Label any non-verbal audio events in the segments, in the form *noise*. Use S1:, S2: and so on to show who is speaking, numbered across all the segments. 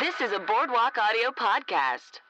S1: This is a Boardwalk Audio podcast.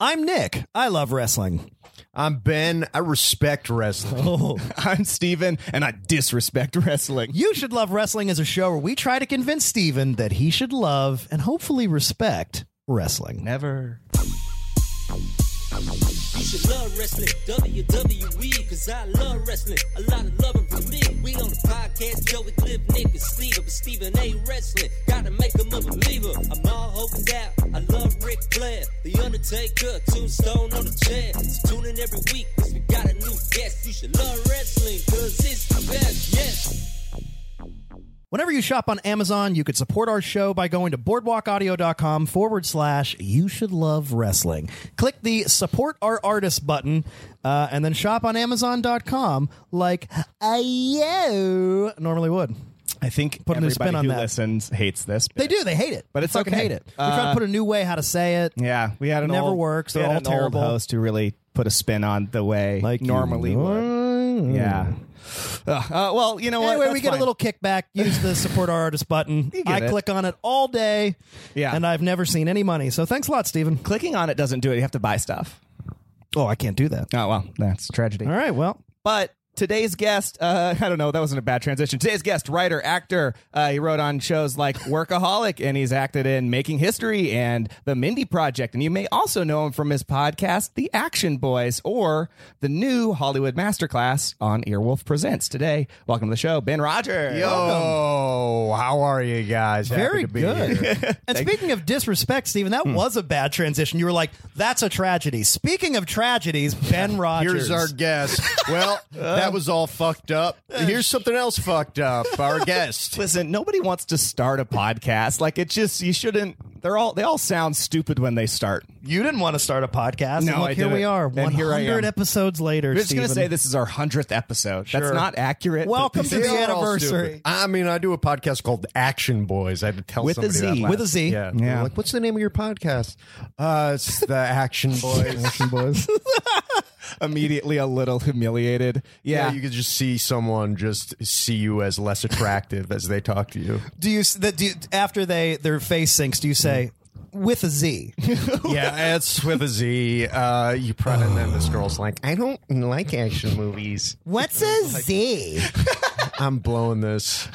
S2: I'm Nick. I love wrestling.
S3: I'm Ben. I respect wrestling.
S2: Oh,
S4: *laughs* I'm Steven, and I disrespect wrestling.
S2: you should love wrestling is a show where we try to convince Steven that he should love and hopefully respect wrestling.
S4: Never.
S5: You should love wrestling, WWE, cause I love wrestling. A lot of loving from me. We on the podcast, Joey Cliff, Nick, and Steve, but Steven ain't wrestling. Gotta make him a believer. I'm all hoping out. I love Ric Flair, The Undertaker, Tombstone on the chair. So tune in every week, cause we got a new guest. You should love wrestling, cause it's the best, yes.
S2: Whenever you shop on Amazon, you could support our show by going to boardwalkaudio.com forward slash you should love wrestling. Click the support our artist button uh, and then shop on Amazon.com like I yo normally would.
S4: I think
S2: Put a new
S4: everybody
S2: spin on
S4: who
S2: that.
S4: listens hates this.
S2: They do. They hate it.
S4: But it's
S2: They fucking
S4: okay. Uh,
S2: hate it. We try to put a new way how to say it.
S4: Yeah, we had an
S2: Never
S4: old,
S2: works.
S4: we
S2: They're
S4: had
S2: all
S4: an
S2: terrible.
S4: Old host who really put a spin on the way
S2: Like you
S4: normally would. Yeah. Ugh, uh, well, you know what?
S2: Anyway, we
S4: That's
S2: get a
S4: fine.
S2: little kickback. Use the support our artist button.
S4: You
S2: I
S4: get it.
S2: click on it all day.
S4: Yeah.
S2: And I've never seen any money. So thanks a lot, Steven.
S4: clicking on it doesn't do it. You have to buy stuff.
S2: Oh, I can't do that.
S4: Oh well, that's tragedy.
S2: All right. Well,
S4: But today's guest, uh, *laughs* I don't know, that wasn't a bad transition. Today's guest, writer, actor, uh, he wrote on shows
S3: *laughs*
S4: like Workaholic, and he's acted in Making History and The Mindy Project. And you may also know him from his podcast, The Action Boys, or the new Hollywood Masterclass on Earwolf Presents. Today, welcome to the show, Ben Rogers.
S3: Yo, how are you guys? Happy
S2: very
S3: to be
S2: good.
S3: here.
S2: and speaking of disrespect, Steven, that was a bad transition. You were like, that's a tragedy. Speaking of tragedies, Ben Rogers.
S3: Here's our guest. Well, that was all fucked up. Here's something else fucked up. Our guest.
S4: Listen, nobody wants to start a podcast. Like it's just you shouldn't. They're all they all sound stupid when they start.
S2: you didn't want to start a podcast.
S4: No,
S2: and look,
S4: I
S2: here we
S4: didn't.
S2: are.
S4: And here I am.
S2: 100 episodes later.
S4: We're just gonna
S2: Steven.
S4: say this is our hundredth episode. That's
S2: Sure.
S4: not accurate. but
S2: Welcome
S4: this
S2: to
S4: is-
S2: the
S3: They are all
S2: anniversary.
S3: stupid. I mean, I do a podcast called Action Boys. I had to tell
S4: With a
S3: somebody that
S4: Z.
S3: last-
S2: With a Z.
S3: Yeah. They're Like, what's the name of your podcast? Uh, it's the Action Boys. Action *laughs* Boys.
S4: immediately a little humiliated. Yeah.
S3: Yeah, you could just see someone just see you as less attractive as they talk to you.
S2: Do you, that, do you, after they their face sinks, do you say, with a Z?
S3: yeah, it's with a Z. Uh, you probably, and then this girl's like, I don't like action movies.
S2: What's a Z?
S3: I'm blowing this.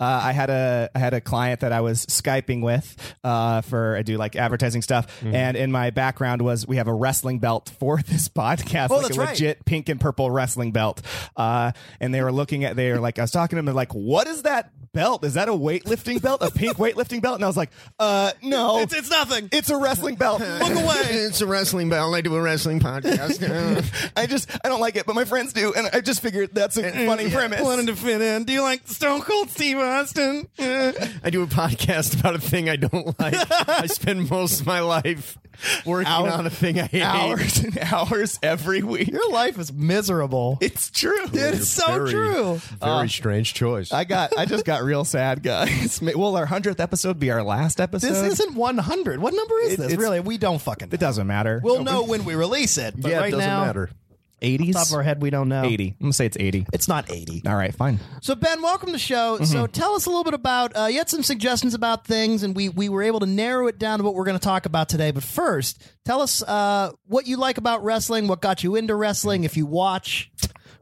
S4: uh, I had a I had a client that I was skyping with uh, for I do like advertising stuff,
S2: Mm-hmm.
S4: and in my background was we have a wrestling belt for *laughs* this podcast,
S2: Oh,
S4: like
S2: that's
S4: a
S2: right.
S4: legit pink and purple wrestling belt. Uh, and they were looking at they were like I was talking to them and like what is that belt? Is that a weightlifting belt? A pink weightlifting belt? And I was like, uh, no, it's,
S2: nothing.
S4: a wrestling
S2: *laughs*
S4: belt. Look
S3: *laughs*
S4: away.
S3: It's a wrestling bell. I do a wrestling *laughs* podcast.
S4: I just I don't like it, but my friends do, and I just figured that's a funny premise.
S2: to fit in. Do you like Stone Cold Steve Austin?
S3: I do a podcast about a thing I don't like.
S4: *laughs*
S3: I spend most of my life working
S4: Hour-
S3: on a thing I hate.
S4: hours and hours every week.
S2: Your life is miserable.
S4: It's true.
S2: Dude, it's so
S3: Very-
S2: true.
S3: Very strange choice.
S4: I got. I just got real sad, guys. *laughs* Ma- Will our hundredth episode be our last episode?
S2: This isn't 100. What number is
S4: Uh, It-
S2: this?
S4: it's-
S2: Really, we don't fucking know.
S4: It doesn't matter.
S2: We'll know when we release it. But
S3: yeah,
S2: right
S3: it doesn't
S2: now,
S3: matter.
S4: eighties.
S2: Top of our head, we don't know.
S4: Eighty. I'm gonna say it's eighty.
S2: It's not 80.
S4: All right, fine.
S2: So, Ben, welcome to the show. So,
S3: Mm-hmm.
S2: tell us a little bit about, uh, you had some suggestions about things, and we, we were able to narrow it down to what we're going to talk about today. But first, tell us uh, what you like about wrestling, what got you into wrestling, if you watch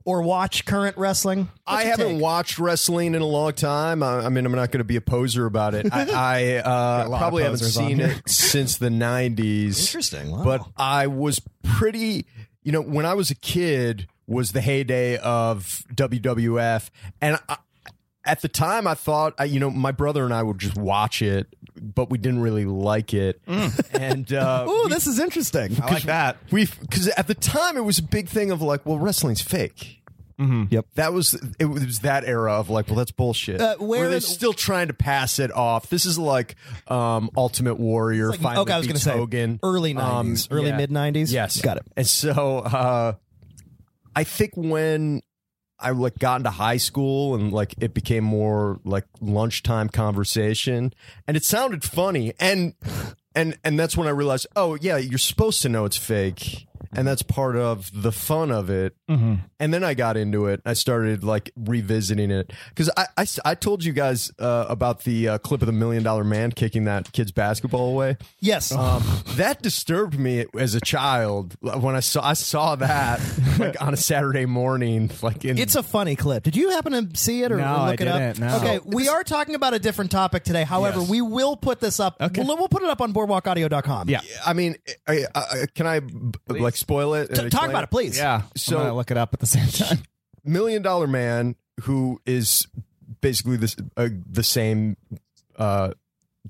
S2: or watch current wrestling. What's
S3: I
S2: your
S3: haven't
S2: take?
S3: watched wrestling in a long time. I, I mean, I'm not going to be a poser
S2: *laughs*
S3: about it. I, I
S4: a
S3: uh,
S4: lot of
S3: probably haven't
S4: posers on
S3: seen
S4: here.
S3: it since the 90s.
S2: Interesting. Wow.
S3: But I was pretty, you know, when I was a kid was the heyday of WWF. And I, at the time, I thought, I, you know, my brother and I would just watch it, but we didn't really like it. And uh,
S2: Mm. *laughs* Ooh, this is interesting.
S4: I like that.
S3: we because at the time it was a big thing of like, well, wrestling's fake.
S2: Mm-hmm.
S4: Yep.
S3: That was it was that era of like, well, that's bullshit.
S2: Uh, where
S3: they're
S2: in-
S3: still trying to pass it off. This is like um, Ultimate Warrior.
S2: Like,
S3: finally
S2: okay, I was going to
S3: beats
S2: say
S3: Hogan.
S2: early
S3: Um,
S2: 90s, early
S3: yeah.
S2: mid 90s.
S3: Yes,
S2: Got it.
S3: And so uh, I think when I like got into high school and like it became more like lunchtime conversation, and it sounded funny, and and and that's when I realized, oh yeah, you're supposed to know it's fake. and that's part of the fun of it.
S2: Mm-hmm.
S3: And then I got into it. I started like revisiting it because I, I s- I told you guys uh, about the uh, clip of the million dollar man kicking that kid's basketball away.
S2: Yes.
S3: Um, that disturbed me as a child when I saw I saw that like on a Saturday morning. Like in
S2: It's a funny clip. Did you happen to see it or
S4: No,
S2: look
S4: I
S2: it up?
S4: didn't, no.
S2: Okay, we are talking about a different topic today. However,
S3: Yes.
S2: we will put this up. We'll, we'll put it up on boardwalkaudio.com.
S4: Yeah.
S3: I mean, I, I, I- can I b- like spoil it?
S2: T-
S3: and
S2: talk
S3: explain
S2: about it, please.
S4: Yeah.
S3: So-
S4: So look it up at the same time.
S3: million dollar man who is basically this uh, the same uh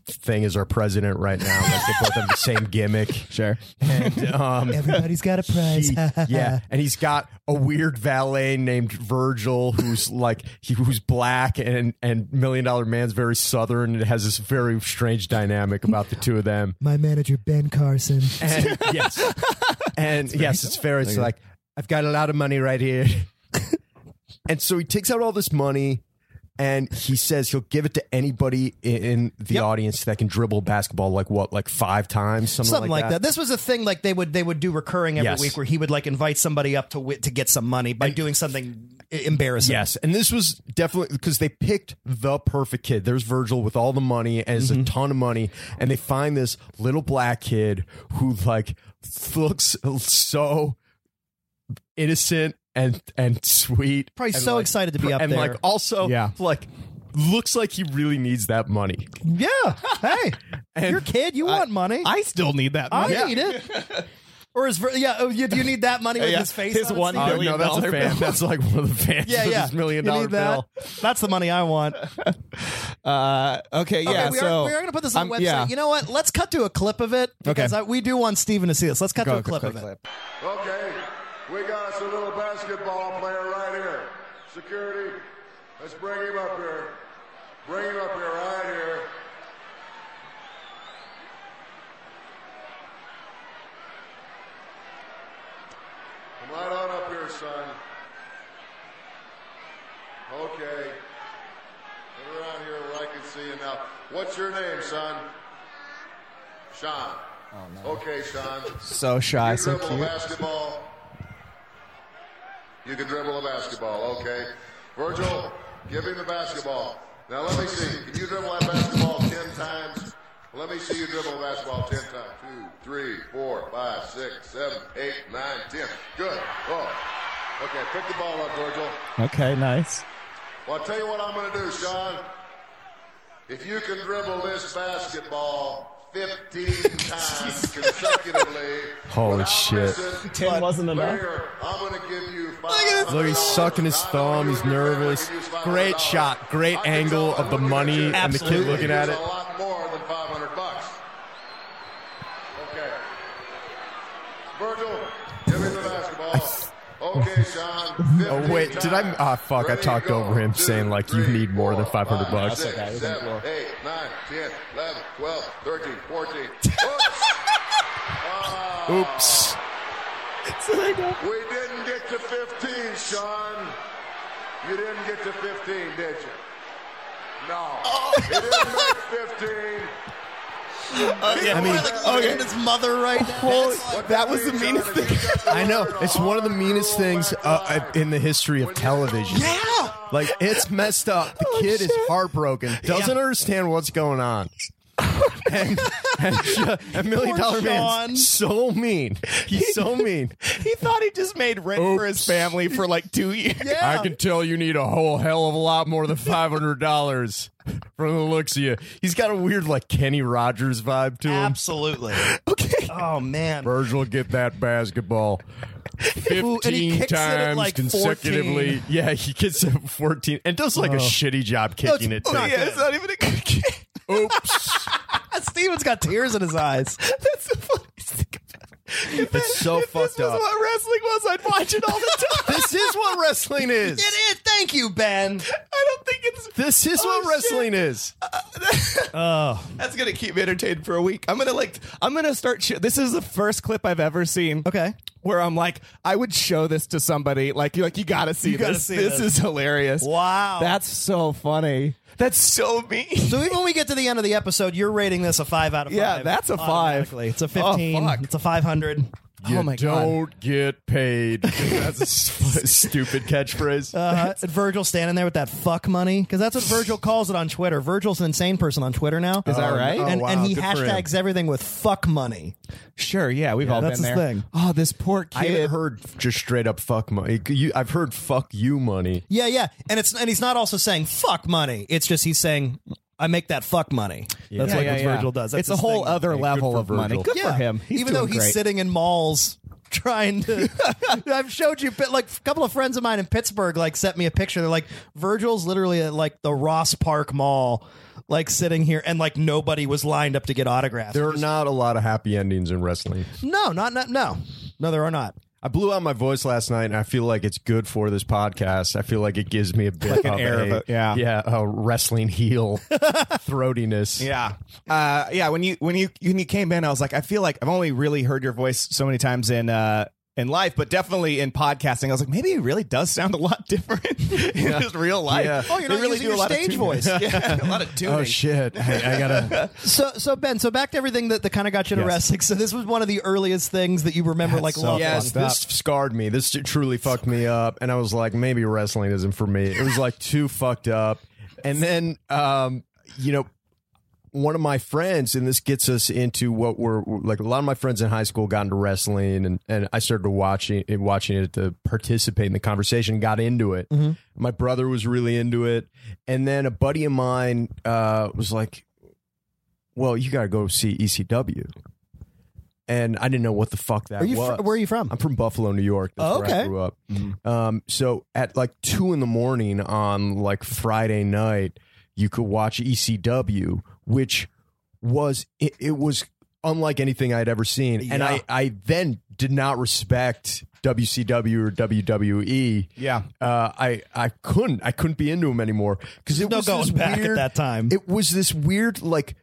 S3: thing as our president right now like they both have the same gimmick
S4: Sure.
S3: and um
S2: Everybody's
S4: *laughs*
S2: got a price.
S3: he-
S2: *laughs*
S3: yeah and he's got a weird valet named virgil who's like he who's black and and million dollar man's very southern it has this very strange dynamic about the two
S2: *laughs*
S3: of them
S2: My manager Ben Carson.
S3: and
S2: *laughs*
S3: yes, and yes, it's fair. It's like I've got a lot of money
S2: *laughs*
S3: right here, and so he takes out all this money, and he says he'll give it to anybody i- in the audience that can dribble basketball like what, like five times, something,
S2: Something like, that. This was a thing like they would they would do recurring every
S3: Yes.
S2: week where he would like invite somebody up to wit to get some money by doing something e- embarrassing.
S3: Yes, and this was definitely because they picked the perfect kid. There's Virgil with all the money and
S2: Mm-hmm.
S3: it's a ton of money, and they find this little black kid who like looks so innocent and and sweet.
S2: Probably
S3: and,
S2: so excited to be up
S3: and
S2: there.
S3: like also
S4: Yeah.
S3: like looks like he really needs that money.
S2: Yeah.
S4: *laughs*
S2: Hey, you're a kid. You want money?
S4: I still need that
S2: I
S4: money.
S2: need it. Or is Vir- yeah? Oh, you, do you need that money with
S4: *laughs* Yeah.
S2: his face?
S4: His
S2: on it,
S4: one
S2: Steve?
S3: Oh,
S4: Million
S3: no, that's a
S4: dollar
S3: fan.
S4: bill.
S3: That's like one of the fans.
S2: Yeah,
S3: of
S2: yeah.
S3: this million
S2: You
S3: dollar
S2: need
S3: bill.
S2: That? That's the money I
S3: *laughs*
S2: want.
S4: Uh, okay. Yeah.
S2: okay, we
S4: so
S2: are, we are going to put this on
S4: I'm-
S2: the website.
S4: Yeah.
S2: You know what? Let's cut to a clip of it because I, we do want Steven to see this. Let's cut to a clip of it.
S6: Okay, we got us a little basketball player right here. Security, let's bring him up here. Bring him up here, right here. Come right on up here, son. Okay. Get around here where I can see you now. What's your name, son? Sean. Oh, no. Okay, Sean.
S4: So shy,
S6: You
S4: so
S6: dribble a
S4: cute.
S6: basketball. You can dribble a basketball, okay? Virgil, give him the basketball. Now let me see. Can you dribble that basketball ten times? Let me see you dribble the basketball ten times. Two, three, four, five, six, seven, eight, nine, ten. Good. Oh. Okay, pick the ball up, Virgil.
S4: Okay. Nice.
S6: Well, I'll tell you what I'm going to do, Sean. If you can dribble this basketball 15
S4: *laughs*
S6: times consecutively,
S3: Holy
S6: without
S3: shit.
S6: missing,
S4: Ten wasn't
S6: Larry, I'm going to give you five.
S3: Look, he's sucking his thumb. He's nervous. Great shot. Great angle of the money and the kid looking at it.
S6: A lot more than 500 bucks. Okay. Virgil, give me the basketball. Okay, Sean.
S3: *laughs* Oh, wait, did I- ah, fuck, I talked over him saying, like, you need more than 500 bucks.
S6: Six,
S4: That's okay, it was
S6: seven,
S4: on
S6: eight, nine, 10, 11, 12, 13,
S3: *laughs*
S6: 14. Oops.
S7: *laughs*
S6: Ah,
S3: Oops.
S6: we didn't get to 15, Sean. You didn't get to 15, did you? No.
S7: Oh.
S6: You didn't make 15.
S3: I mean,
S2: okay. his mother right now.
S6: that was the meanest thing.
S3: I know it's one of the meanest things uh, in the history of television.
S2: Yeah.
S3: Like it's messed up. The
S4: Oh,
S3: kid is heartbroken. Doesn't understand what's
S4: *laughs*
S3: going on. and, and, *laughs* a million
S2: Poor
S3: dollar
S2: Sean.
S3: man's so mean. He's so mean.
S4: *laughs* He thought he just made rent for his family for like two years.
S2: Yeah.
S3: tell you need a whole hell of a lot more than five hundred dollars from the looks of you. He's got a weird like Kenny Rogers vibe to him.
S2: Absolutely.
S4: Okay.
S2: Oh man.
S3: Virgil get that basketball.
S2: Ooh, *laughs* and he
S3: 15
S2: kicks it at,
S3: times
S2: like,
S3: consecutively. Yeah, he gets it 14 and does
S2: Oh.
S3: like a shitty job kicking it.
S2: it's not
S3: too.
S2: good. *laughs*
S4: It's not even a good game.
S3: Oops.
S2: Steven's got tears in his eyes.
S4: *laughs* That's the funniest thing about it. If
S3: It's
S4: that-
S3: so
S4: if
S3: fucked
S4: this
S3: up.
S4: was what wrestling was, I'd watch it all the time.
S3: this is what wrestling is.
S2: *laughs* It is. Thank you, Ben.
S4: I don't think it's.
S3: This is
S4: Oh,
S3: what wrestling is.
S4: That's gonna keep me entertained for a week. I'm gonna like. I'm gonna start. Sh- this is the first clip I've ever seen.
S2: Okay.
S4: Where I'm like, I would show this to somebody. Like you're like, you gotta see
S2: gotta
S4: this.
S2: see
S4: this.
S2: this.
S4: is hilarious.
S2: Wow.
S4: That's so funny. That's so mean.
S2: So even when we get to the end of the episode, you're rating this a five out of five.
S4: Yeah, that's a five.
S2: automatically. It's a fifteen.
S4: Oh, fuck. *laughs*
S2: it's a five hundred.
S3: You
S4: oh my god.
S3: don't get
S2: *laughs*
S3: paid. That's a s- stupid catchphrase.
S2: Uh, and Virgil standing there with that fuck money because that's what Virgil calls it on Twitter. Virgil's an insane person on Twitter now. Is
S4: that right?
S2: And,
S3: Oh, wow.
S2: and he
S3: Good for him.
S2: hashtags everything with fuck money.
S4: Sure, yeah, we've all
S2: that's
S4: been there.
S2: his thing.
S4: Oh, this poor
S3: I haven't
S4: kid.
S3: heard just straight up fuck money. You, I've heard fuck you money.
S2: Yeah, yeah. And it's and he's not also saying fuck money. It's just he's saying I make that fuck money. That's
S4: Yeah,
S2: like
S4: yeah,
S2: what
S4: yeah.
S2: Virgil does. That's
S4: it's a
S2: his
S4: whole
S2: thing.
S4: other
S3: good
S4: level
S3: for
S4: of money.
S3: Virgil.
S4: Good for him. He's
S2: even though
S4: doing
S2: he's
S4: great.
S2: sitting in malls *laughs* trying to. I've showed you, but like a couple of friends of mine in Pittsburgh, like sent me a picture. They're like, Virgil's literally at like the Ross Park Mall, like sitting here, and like nobody was lined up to get autographs.
S3: There are not a lot of happy endings in wrestling.
S2: no, not, not no, no, there are not.
S3: I blew out my voice last night, and I feel like it's good for this podcast. I feel like it gives me a bit
S4: an
S3: of
S4: air
S3: a,
S4: of it, yeah.
S3: yeah, a wrestling *laughs* heel throatiness. Oh,
S4: Yeah, uh, yeah. When you when you when you came in, I was like, I feel like I've only really heard your voice so many times in uh, in life, but definitely in podcasting, I was like, maybe it really does sound a lot *laughs* different in just real life.
S3: Yeah.
S2: Oh, you're
S4: They
S2: not
S4: really
S2: using
S4: do
S2: your
S4: a lot of
S2: stage
S4: tuning. *laughs*
S2: voice.
S4: yeah, a lot of tuning.
S3: Oh shit! I, I *laughs* gotta.
S2: So, so Ben, so back to everything that, that kind of got you into
S3: Yes.
S2: wrestling. *laughs* So this was one of the earliest things that you remember, like
S3: So
S2: love.
S4: yes.
S3: fucked up. this scarred me. This truly fucked me up, and I was like, maybe wrestling isn't for me. It was like too fucked up, and then um, you know, one of my friends, and this gets us into what we're like. A lot of my friends in high school got into wrestling, and and I started watching it, watching it to participate in the conversation. Got into it. My brother was really into it, and then a buddy of mine uh, was like, "Well, you got to go see ECW." And I didn't know what the fuck that
S2: Are you fr-
S3: was.
S2: where are you from?
S3: I'm from Buffalo, New York. That's
S2: Oh,
S3: where
S2: okay.
S3: I grew up. Um, so at like two in the morning on like Friday night, you could watch ECW, which was it, it was unlike anything I'd ever seen, and I I then did not respect WCW or WWE.
S4: Yeah.
S3: uh, I I couldn't I couldn't be into them anymore because it
S2: No
S3: was
S2: going
S3: this
S2: back at
S3: weird-
S2: that time.
S3: It was this weird like.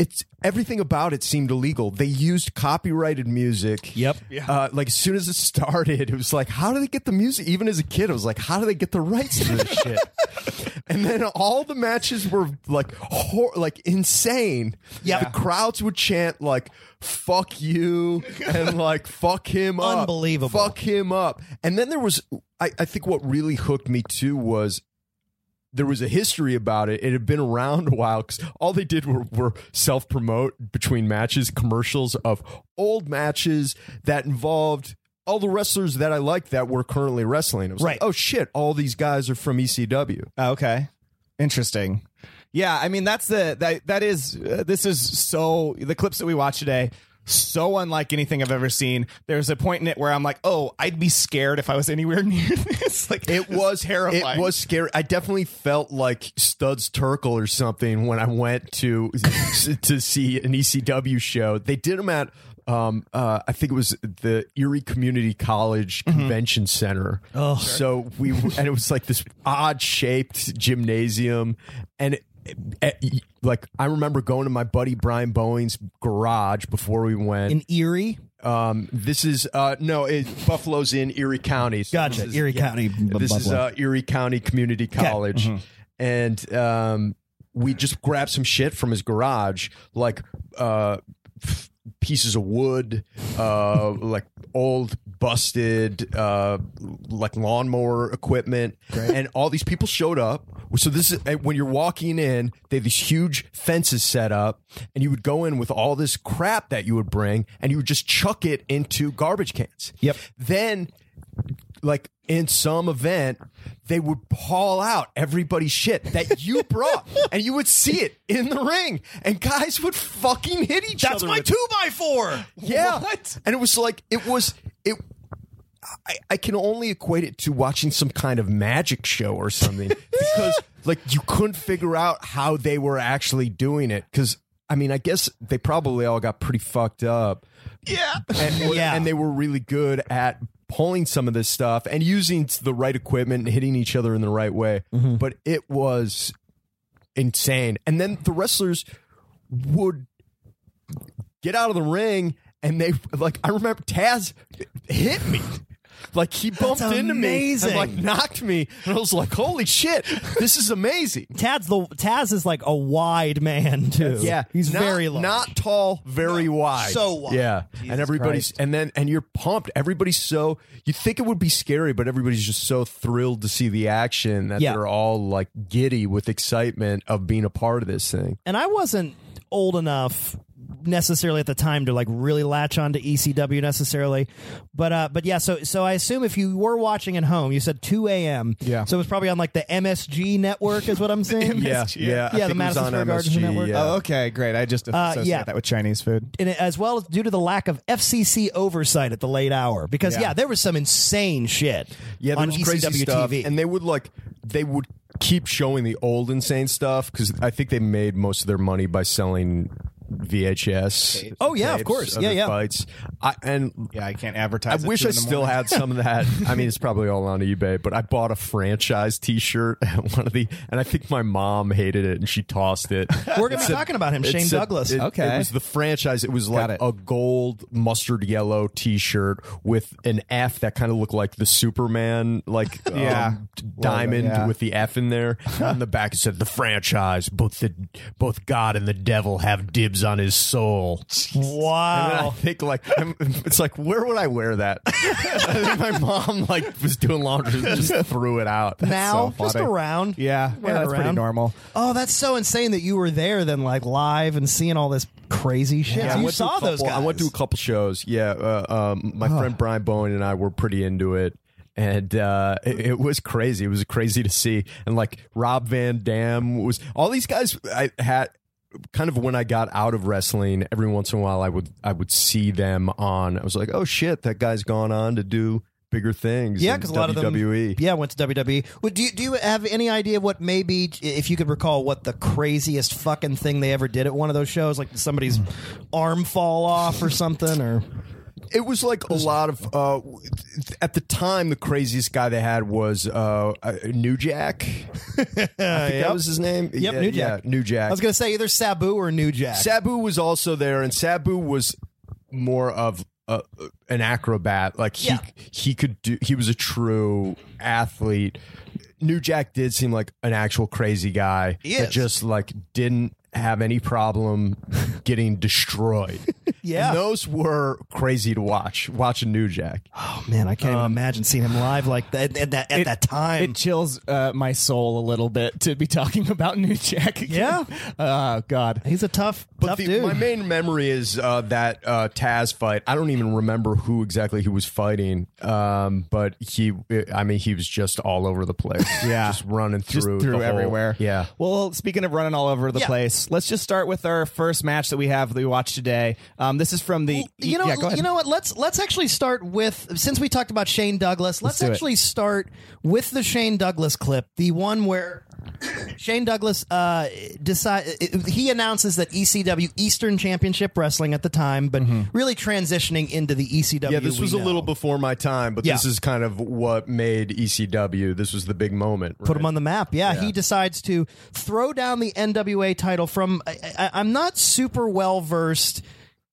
S3: It's everything about it seemed illegal. They used copyrighted music.
S2: Yep.
S3: Uh, like as soon as it started, it was like, how do they get the music? Even as a kid, I was like, how do they get the rights to this shit? And then all the matches were like, hor- like insane.
S2: Yeah.
S3: the crowds would chant like "fuck you" and like "fuck him up,"
S2: Unbelievable.
S3: "fuck him up." And then there was, I, I think, what really hooked me too was there was a history about it. It had been around a while because all they did were, were self promote between matches, commercials of old matches that involved all the wrestlers that I liked that were currently wrestling. It was
S2: Right.
S3: like, oh shit, all these guys are from E ECW.
S4: Oh, okay. Interesting. Yeah, I mean that's the that that is uh, this is so the clips that we watched today so unlike anything I've ever seen. There's a point in it where I'm like, "Oh, I'd be scared if I was anywhere *laughs* near this." Like
S3: It
S4: this
S3: was
S4: is terrifying.
S3: It was scary. I definitely felt like Studs Terkel or something when I went to *laughs* to see an ECW show. They did them at um, uh, I think it was the Erie Community College
S2: Mm-hmm.
S3: Convention Center. Oh, so we and it was like this odd shaped gymnasium, and. It, it- like I remember going to my buddy Brian Boeing's garage before we went.
S2: in Erie,
S3: um, this is uh, no, it, Buffalo's in Erie County. so
S2: gotcha.
S3: this is-
S2: Erie
S3: yeah
S2: County.
S3: this is uh, Erie County Community College, and um, we just grabbed some shit from his garage, like uh, f- pieces of wood, uh, *laughs* like old busted uh, like lawnmower equipment, and all these people showed up. So this is and when you're walking in, they have these huge fences set up, and you would go in with all this crap that you would bring, and you would just chuck it into garbage cans.
S2: Yep.
S3: Then like in some event, they would haul out everybody's shit that you
S2: *laughs*
S3: brought, and you would see it in the ring, and guys would fucking hit each
S2: that's
S3: other.
S2: my
S3: with-
S2: two by four.
S3: Yeah, and it was like it was it. I, I can only equate it to watching some kind of magic show or something because like you couldn't figure out how they were actually doing it because. I mean, I guess they probably all got pretty fucked up
S4: yeah.
S3: and, or-
S2: Yeah.
S3: and they were really good at pulling some of this stuff and using the right equipment and hitting each other in the right way. But it was insane. And then the wrestlers would get out of the ring and they like I remember Taz hit me. Like he bumped into
S2: amazing.
S3: me and like knocked me, and I was like, "Holy shit, this is amazing!"
S2: *laughs* Tad's the Taz is like a wide man too. he's
S3: Not-
S2: very large.
S3: not tall, very wide,
S2: so wide.
S3: Yeah,
S2: Jesus
S3: and everybody's
S2: Christ.
S3: and then and you're pumped. Everybody's so you think it would be scary, but everybody's just so thrilled to see the action that
S2: Yeah.
S3: they're all like giddy with excitement of being a part of this thing.
S2: and I wasn't old enough necessarily at the time to like really latch on to ECW necessarily. But uh but yeah, so so I assume if you were watching at home, you said two AM.
S4: Yeah.
S2: So it was probably on like the MSG network is what I'm
S3: *laughs*
S2: saying.
S3: Yeah, yeah, I
S2: Yeah,
S3: think
S2: the
S3: it was
S2: Madison
S3: on
S2: Square Garden
S3: MSG,
S2: Network.
S3: yeah. Uh,
S4: Oh, okay, great. I just associate
S2: yeah.
S4: that with Chinese food.
S2: and as well as due to the lack of FCC oversight at the late hour. Because yeah,
S4: Yeah.
S2: there was some insane shit
S3: yeah, there
S2: on E ECW
S3: was crazy stuff,
S2: TV.
S3: and they would like they would keep showing the old insane stuff because I think they made most of their money by selling VHS.
S2: Oh, yeah, of
S3: tapes
S2: course.
S3: of
S2: Yeah,
S3: the
S2: yeah.
S3: Fights, I, and
S4: Yeah, I can't
S3: I
S4: advertise.
S3: wish I still had some of that. I mean, it's probably all on eBay, but I bought a franchise T-shirt at one of the, and I think my mom hated it and she tossed it.
S2: We're gonna
S3: It
S2: be
S3: said-
S2: talking about him,
S3: it
S2: Shane
S3: said-
S2: Douglas.
S3: It,
S4: Okay.
S3: it was the franchise. It was
S4: Got
S3: like
S4: it.
S3: a gold mustard yellow T-shirt with an F that kind of looked like the Superman, like
S4: *laughs* Yeah.
S3: um, d- diamond
S4: yeah.
S3: with the F in
S4: *laughs*
S3: there. on the back it said the franchise. Both the both God and the devil have dibs on
S4: *laughs*
S3: his soul. And then I *laughs*
S2: wow.
S3: think like I'm, it's like where would I wear that? *laughs* I think my mom like was doing laundry and just
S4: *laughs*
S3: threw it out.
S2: Now
S3: so
S2: just
S3: funny.
S2: around.
S4: Yeah,
S2: Wear
S4: yeah,
S2: it
S4: that's pretty
S2: around.
S4: normal.
S2: Oh, that's so insane that you were there then, like live and seeing all this crazy shit.
S3: Yeah,
S2: So
S3: I
S2: you
S3: went to a
S2: saw those
S3: couple-
S2: guys.
S3: I went to a couple shows. Yeah, uh, um, my friend Brian Bowen and I were pretty into it. And uh, it, it was crazy. It was crazy to see. And like Rob Van Dam was all these guys I had kind of when I got out of wrestling, every once in a while I would I would see them on I was like, Oh shit, that guy's gone on to do bigger things.
S2: yeah,
S3: in E.
S2: because a lot of them.
S3: WWE.
S2: Yeah, went to WWE. Well, do you, do you have any idea what maybe if you could recall what the craziest fucking thing they ever did at one of those shows? Like did somebody's arm fall off or something,
S3: *laughs*
S2: or
S3: It was like a lot of uh, at the time the craziest guy they had was uh, uh, New Jack. I think that was his name.
S2: Yep,
S3: yeah,
S2: New Jack.
S3: Yeah, New Jack.
S2: I was gonna say either Sabu or New Jack.
S3: Sabu was also there, and Sabu was more of a, an acrobat. Like he
S2: Yeah.
S3: he could do. He was a true athlete. New Jack did seem like an actual crazy guy
S2: He
S3: that
S2: is.
S3: just like didn't have any problem getting destroyed.
S2: *laughs* Yeah.
S3: And those were crazy to watch. Watching New Jack.
S2: oh man, I can't
S3: Um,
S2: even imagine seeing him live like that at that at
S4: It-
S2: that time.
S4: It chills uh, my soul a little bit to be talking *laughs* about New Jack. Again. Yeah. Oh God.
S2: He's a tough, tough
S3: the-
S2: dude.
S3: My main memory is uh, that uh, Taz fight. I don't even remember who exactly he was fighting, um, but he, I mean, he was just all over the place.
S2: *laughs*
S4: Yeah.
S3: just running through,
S4: Just
S3: the
S4: through
S3: whole-
S4: everywhere.
S3: yeah.
S4: Well, speaking of running all over the
S2: Yeah.
S4: place, let's just start with our first match that we have that we watched today. Um, this is from the. e-
S2: you know,
S4: yeah, go ahead. *laughs*
S2: you know what? Let's let's actually start with since we talked about Shane Douglas. Let's,
S4: do it.
S2: actually start with the Shane Douglas clip, the one where Shane Douglas uh, decide he announces that ECW Eastern Championship Wrestling at the time, but really transitioning into the ECW.
S3: Yeah, this
S2: we
S3: was a
S2: know.
S3: little before my time, but
S2: Yeah.
S3: this is kind of what made ECW. This was the big moment.
S2: put him on the map. Yeah, he decides to throw down the NWA title from. I, I, I'm not super well versed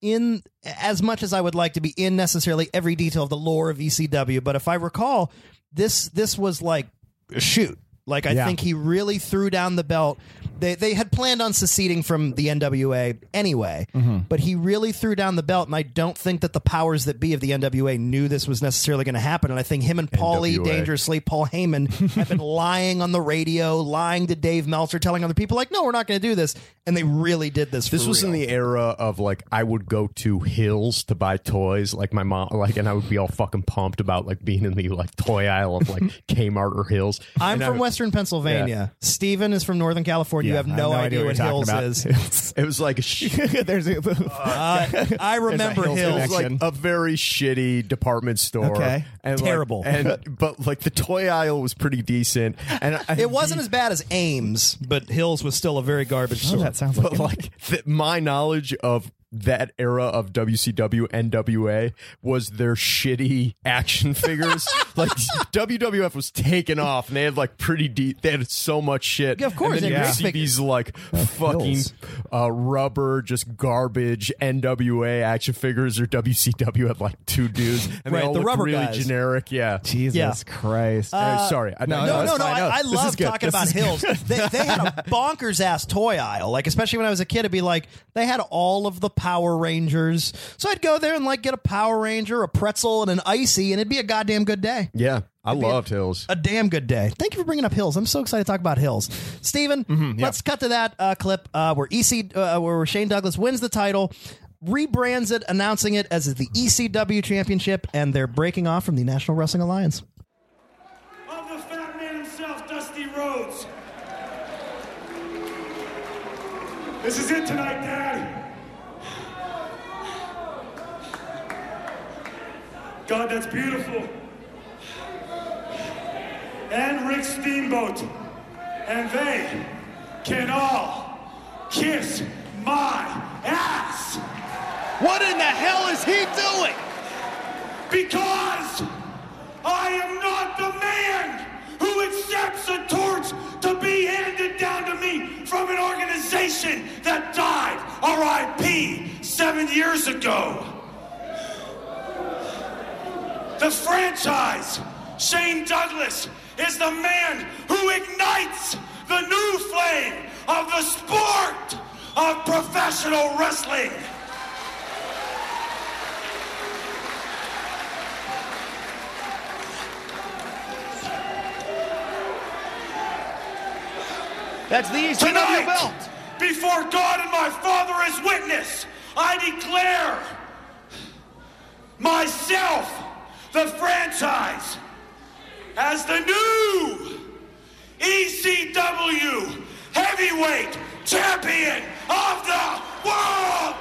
S2: in as much as I would like to be in necessarily every detail of the lore of ECW, but if I recall, this this was like a shoot. Like I
S4: Yeah.
S2: think he really threw down the belt. They they had planned on seceding from the NWA anyway, but he really threw down the belt, and I don't think that the powers that be of the NWA knew this was necessarily going to happen. And I think him and Paulie
S3: NWA.
S2: Danger dangerously Paul Heyman
S4: *laughs*
S2: have been lying on the radio, lying to Dave Meltzer, telling other people like, "No, we're not going to do this," and they really did this.
S3: This
S2: for
S3: was in
S2: real.
S3: the era of like I would go to Hills to buy toys, like my mom, like, and I would be all fucking pumped about like being in the like toy aisle of like
S2: *laughs*
S3: Kmart or Hills.
S2: I'm
S3: And I
S2: from
S3: would-
S2: Western Pennsylvania. Steven is from Northern California. you
S4: Yeah,
S2: have
S4: I have
S2: no,
S4: no
S2: idea,
S4: idea
S2: what
S4: what you're
S2: Hills
S4: talking
S2: is.
S4: *laughs*
S3: It was like
S2: *laughs*
S3: a sh-
S4: there's a,
S2: Uh,
S4: *laughs*
S2: I, I remember
S4: Hills
S2: Hills. uh,
S4: connection.
S3: like a very shitty department store.
S4: Okay.
S3: and like-
S2: Terrible.
S3: and but like the toy aisle was pretty decent, and I,
S2: *laughs* It wasn't as bad as Ames, but Hills was still a very garbage store. *laughs*
S4: Oh, that sounds like
S3: But like the, my knowledge of
S8: that era of WCW NWA was their shitty action *laughs* figures. like WWF was taken off, and they had like pretty deep. They had so much shit.
S2: Yeah, of course,
S8: And then
S2: they had
S8: you
S2: great
S8: see
S2: figures.
S8: these like fucking
S4: hills.
S8: uh, rubber, just garbage NWA action figures, or WCW had like two dudes, and
S2: Right,
S8: they all
S2: the
S8: looked
S2: rubber
S8: really
S2: guys.
S8: generic. Yeah.
S4: Jesus Christ.
S8: Uh, sorry, I,
S2: No,
S4: no, that's
S2: no, no.
S4: fine. No,
S2: I, I
S4: this is
S2: love
S4: good.
S2: talking
S4: This
S2: about
S4: is
S2: hills. they, they had
S4: *laughs*
S2: a bonkers ass toy aisle. Like, especially when I was a kid, it'd be like they had all of the Power Rangers. So I'd go there and like get a Power Ranger, a pretzel, and an icy, and it'd be a goddamn good day.
S8: Yeah, I loved Hills.
S2: A damn good day. Thank you for bringing up hills. I'm so excited to talk about hills. Steven,
S4: Mm-hmm,
S2: let's cut to that uh, clip uh, where EC, uh, where Shane Douglas wins the title, rebrands it, announcing it as the ECW Championship, and they're breaking off from the National Wrestling Alliance.
S9: of the fat man himself, Dusty Rhodes. This is it tonight, Dad. God, that's beautiful. And Rick Steamboat. And they can all kiss my ass.
S10: What in the hell is he doing?
S9: Because I am not the man who accepts a torch to be handed down to me from an organization that died RIP seven years ago. The franchise, Shane Douglas, is the man who ignites the new flame of the sport of professional wrestling.
S10: That's the ECW
S9: Tonight,
S10: belt.
S9: before God and my Father as witness, I declare myself, the franchise, as the new ECW heavyweight champion of the world.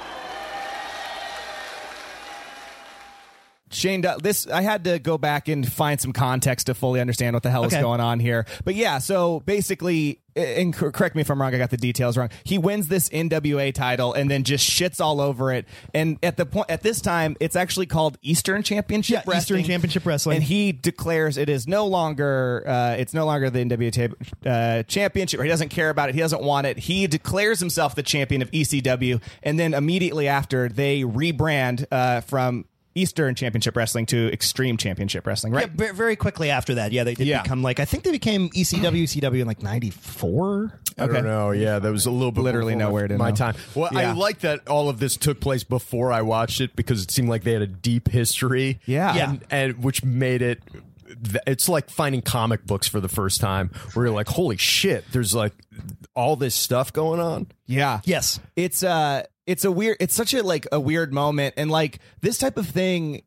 S4: Shane, Doug- this I had to go back and find some context to fully understand what the hell
S2: Okay.
S4: is going on here. But yeah, so basically, and cor- correct me if I'm wrong, I got the details wrong. He wins this NWA title and then just shits all over it. And at the point, at this time, it's actually called Eastern Championship
S2: Yeah, Eastern
S4: Wrestling.
S2: Championship Wrestling.
S4: And he declares it is no longer, uh, it's no longer the NWA ta- uh, championship. Or he doesn't care about it. He doesn't want it. He declares himself the champion of ECW, and then immediately after, they rebrand uh, from. Eastern Championship Wrestling to Extreme Championship Wrestling, right?
S2: Yeah, ve- very quickly after that, yeah, they did
S4: Yeah.
S2: become like I think they became E ECW, CW in like '94.
S8: I don't
S4: Okay.
S8: know. Oh, Yeah, that was a little bit
S4: Literally
S8: before
S4: nowhere to
S8: my
S4: know.
S8: time. Well, I
S4: Yeah.
S8: like that all of this took place before I watched it because it seemed like they had a deep history.
S4: Yeah.
S8: and, and which made it. th- It's like finding comic books for the first time, where you're like, "Holy shit!" There's like all this stuff going on.
S4: Yeah.
S2: Yes.
S4: It's uh it's a weird it's such a like a weird moment and like this type of thing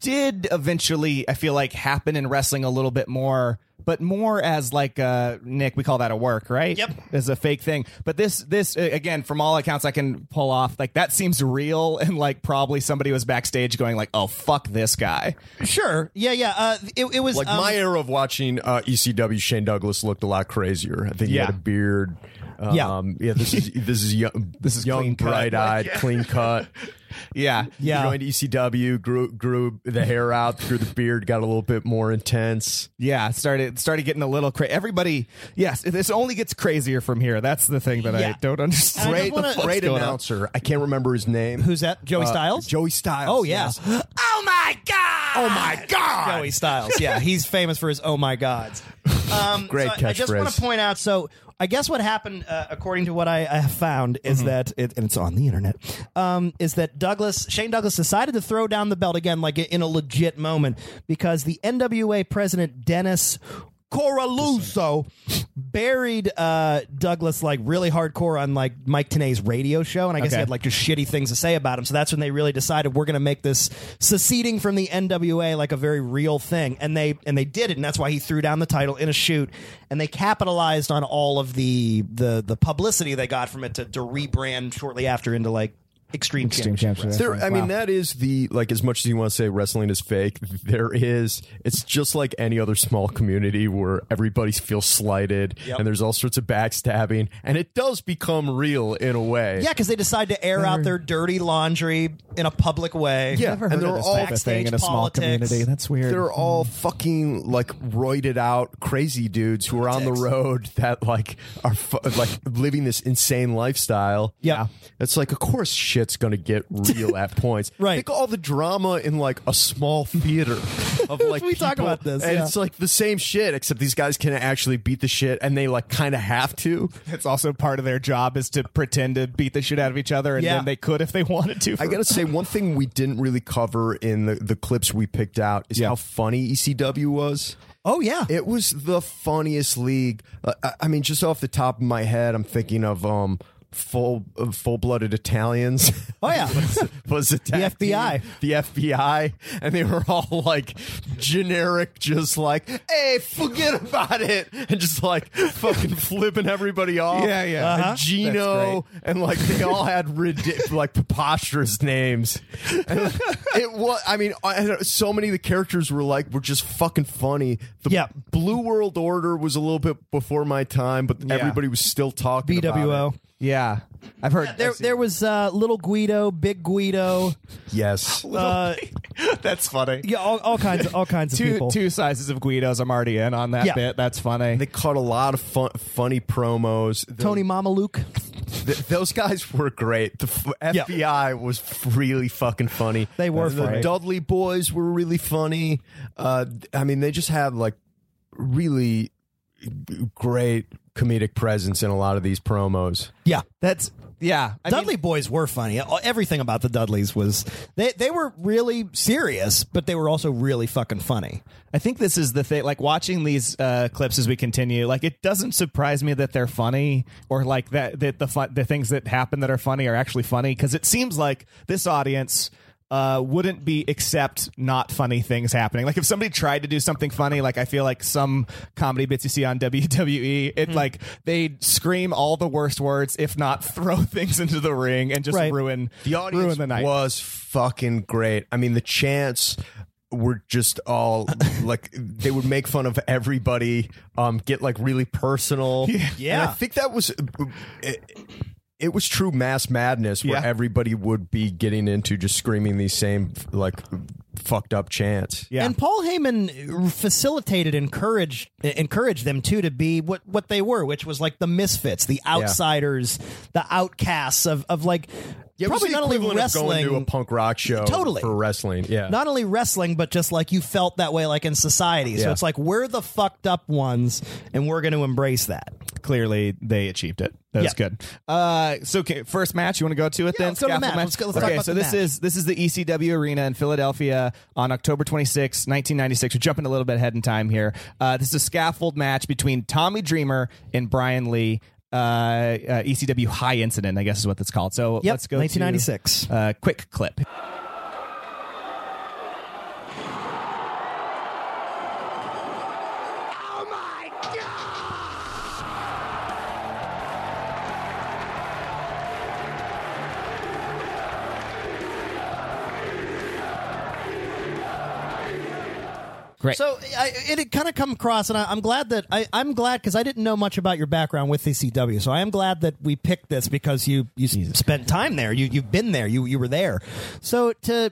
S4: did eventually I feel like happen in wrestling a little bit more but more as like uh Nick we call that a work, right?
S2: Yep.
S4: As a fake thing. But this this uh, again from all accounts I can pull off like that seems real *laughs* and like probably somebody was backstage going like oh fuck this guy.
S2: Sure. Yeah, yeah. Uh, it, it was
S8: Like
S2: um,
S8: my era of watching uh, ECW, Shane Douglas looked a lot crazier. I think he
S4: Yeah.
S8: had a beard. Um,
S2: Yeah.
S8: yeah.
S4: *laughs*
S8: This is this is young,
S4: This is
S8: young,
S4: clean cut.
S8: bright eyed, clean cut.
S4: Yeah.
S2: Yeah.
S8: Joined ECW, grew grew the hair out, grew the beard, got a little bit more intense.
S4: Yeah, started started getting a little crazy. Everybody, yes, this only gets crazier from here. That's the thing that
S2: Yeah.
S4: I don't understand.
S2: And I just
S4: What the
S2: wanna-
S4: fuck's
S8: Great
S4: going on?
S8: announcer. I can't remember his name.
S2: Who's that? Joey
S4: Uh,
S2: Styles?
S8: Joey Styles.
S2: Oh yeah. *gasps* Oh my god.
S8: Oh my god.
S2: Joey Styles.
S8: *laughs*
S2: Yeah, he's famous for his "Oh my gods." Um,
S8: Great
S2: so I- I just
S8: catchphrase.
S2: want to point out. So I guess what happened, uh, according to what I, I have found, is
S8: Mm-hmm.
S2: that it, and it's on the internet, um, is that Douglas Shane Douglas decided to throw down the belt again, like in a legit moment, because the NWA president Dennis. Coraluso buried uh, Douglas like really hardcore on like Mike Tenay's radio show, and I guess he
S4: Okay.
S2: had like just shitty things to say about him. So that's when they really decided we're going to make this seceding from the NWA like a very real thing, and they and they did it, and that's why he threw down the title in a shoot, and they capitalized on all of the the the publicity they got from it to, to rebrand shortly after into like Extreme,
S4: Extreme
S2: Championship.
S4: Championship
S8: There, I
S4: Wrestling.
S8: mean,
S4: Wow.
S8: that is the like. As much as you want to say wrestling is fake, there is. It's just like any other small community where everybody feels slighted, and there's all sorts of backstabbing, and it does become real in a way.
S2: Yeah, because they decide to air out their dirty laundry in a public way.
S8: Yeah,
S4: Never
S8: and
S4: heard
S8: they're
S4: of this
S8: all
S4: type of thing in a
S2: backstage
S4: small
S2: politics.
S4: community. That's weird.
S8: They're all fucking like roided out crazy dudes who are on the road that like are fu- like living this insane lifestyle.
S2: Yep.
S8: It's like of course shit's going to get
S2: *laughs*
S8: real at points.
S2: Right.
S8: Think of all the drama in like a small theater
S2: *laughs*
S8: of like
S2: We talk
S8: people,
S2: about this,
S8: And
S2: yeah.
S8: it's like the same shit except these guys can actually beat the shit and they like kind of have to.
S4: It's also part of their job is to pretend to beat the shit out of each other, and
S2: Yeah.
S4: then they could if they wanted to.
S8: I gotta say, one thing we didn't really cover in the, the clips we picked out is
S4: Yeah.
S8: how funny ECW was.
S2: Oh yeah.
S8: It was the funniest league. Uh, I, I mean, just off the top of my head, I'm thinking of um full uh, full blooded Italians. *laughs*
S2: oh yeah.
S8: was, was the, tag
S2: FBI.
S8: team, the FBI, and they were all like generic, just like, "Hey, forget about it," and just like fucking flipping everybody
S4: *laughs*
S8: off.
S4: Yeah, yeah.
S8: And
S4: Uh-huh. That's
S8: Gino,
S4: great.
S8: and like they all had ridiculous, like preposterous names. And it was, I mean, I, I don't- so many of the characters were like were just fucking funny. The
S2: Yeah.
S8: Blue World Order was a little bit before my time, but everybody was still talking. about
S2: BWO.
S8: it.
S4: yeah, I've heard
S2: There,
S4: I've seen-
S2: there was uh, little Guido, big
S8: *laughs*
S2: Guido,
S8: Yes.
S2: uh,
S4: that's funny.
S2: yeah, all, all kinds, of, all kinds of
S4: Two
S2: people.
S4: two sizes of Guidos. I'm already in on that
S2: Yeah.
S4: bit. That's funny.
S8: They cut a lot of fun, funny promos. The-
S2: Tony Mamaluke.
S8: th- those guys were great. The f-
S2: Yeah.
S8: FBI was f- really fucking funny.
S2: They were
S8: The
S2: funny.
S8: Dudley boys were really funny. Uh, I mean, they just had like really g- great comedic presence in a lot of these promos.
S2: Yeah,
S4: that's yeah. I mean-
S2: Dudley boys were funny. Uh, Everything about the Dudleys was they they were really serious, but they were also really fucking funny.
S4: I think this is the thing. Like watching these uh, clips as we continue, like it doesn't surprise me that they're funny, or like that that the fun, the things that happen that are funny are actually funny because it seems like this audience. Uh, wouldn't be accept not funny things happening. Like if somebody tried to do something funny, like I feel like some comedy bits you see on *laughs* WWE, it like they scream all the worst words, if not *laughs* throw things into the ring and just
S2: Right.
S4: ruin
S8: The audience
S4: ruin the night.
S8: was fucking great. I mean, the chants were just all *laughs* like they would make fun of everybody, um, get like really personal. Yeah, And I think that was. It, it was true mass madness where
S4: Yeah.
S8: everybody would be getting into just screaming these same like fucked up chants.
S4: Yeah.
S2: And Paul Heyman facilitated, encouraged, encouraged them too to be what what they were, which was like the misfits, the outsiders, the outcasts of of like
S8: Yeah, it was
S2: probably
S8: the
S2: not only
S8: equivalent of
S2: wrestling,
S8: going to a punk rock show
S2: Totally.
S8: for wrestling. Yeah.
S2: not only wrestling, but just like you felt that way like in society. So
S8: Yeah.
S2: it's like we're the fucked up ones, and we're going to embrace that.
S4: clearly they achieved it. That was
S2: Yeah.
S4: good. Uh, so okay, first match, you want to go to it
S2: Yeah,
S4: then?
S2: let's go to the match.
S4: Scaffold
S2: Let's go- let's talk
S4: okay,
S2: about
S4: so
S2: the
S4: this
S2: match.
S4: is this is the ECW Arena in Philadelphia on October 26, 1996. We're jumping a little bit ahead in time here. Uh, this is a scaffold match between Tommy Dreamer and Brian Lee. Uh, uh, ECW High Incident, I guess is what that's called. So
S2: Yep,
S4: let's go.
S2: 1996.
S4: To, uh, quick clip. Right.
S2: So I, it, it kind of come across, and I, I'm glad that I, I'm glad because I didn't know much about your background with ECW. So I am glad that we picked this because you you s spent time there. You you've been there. You you were there. So to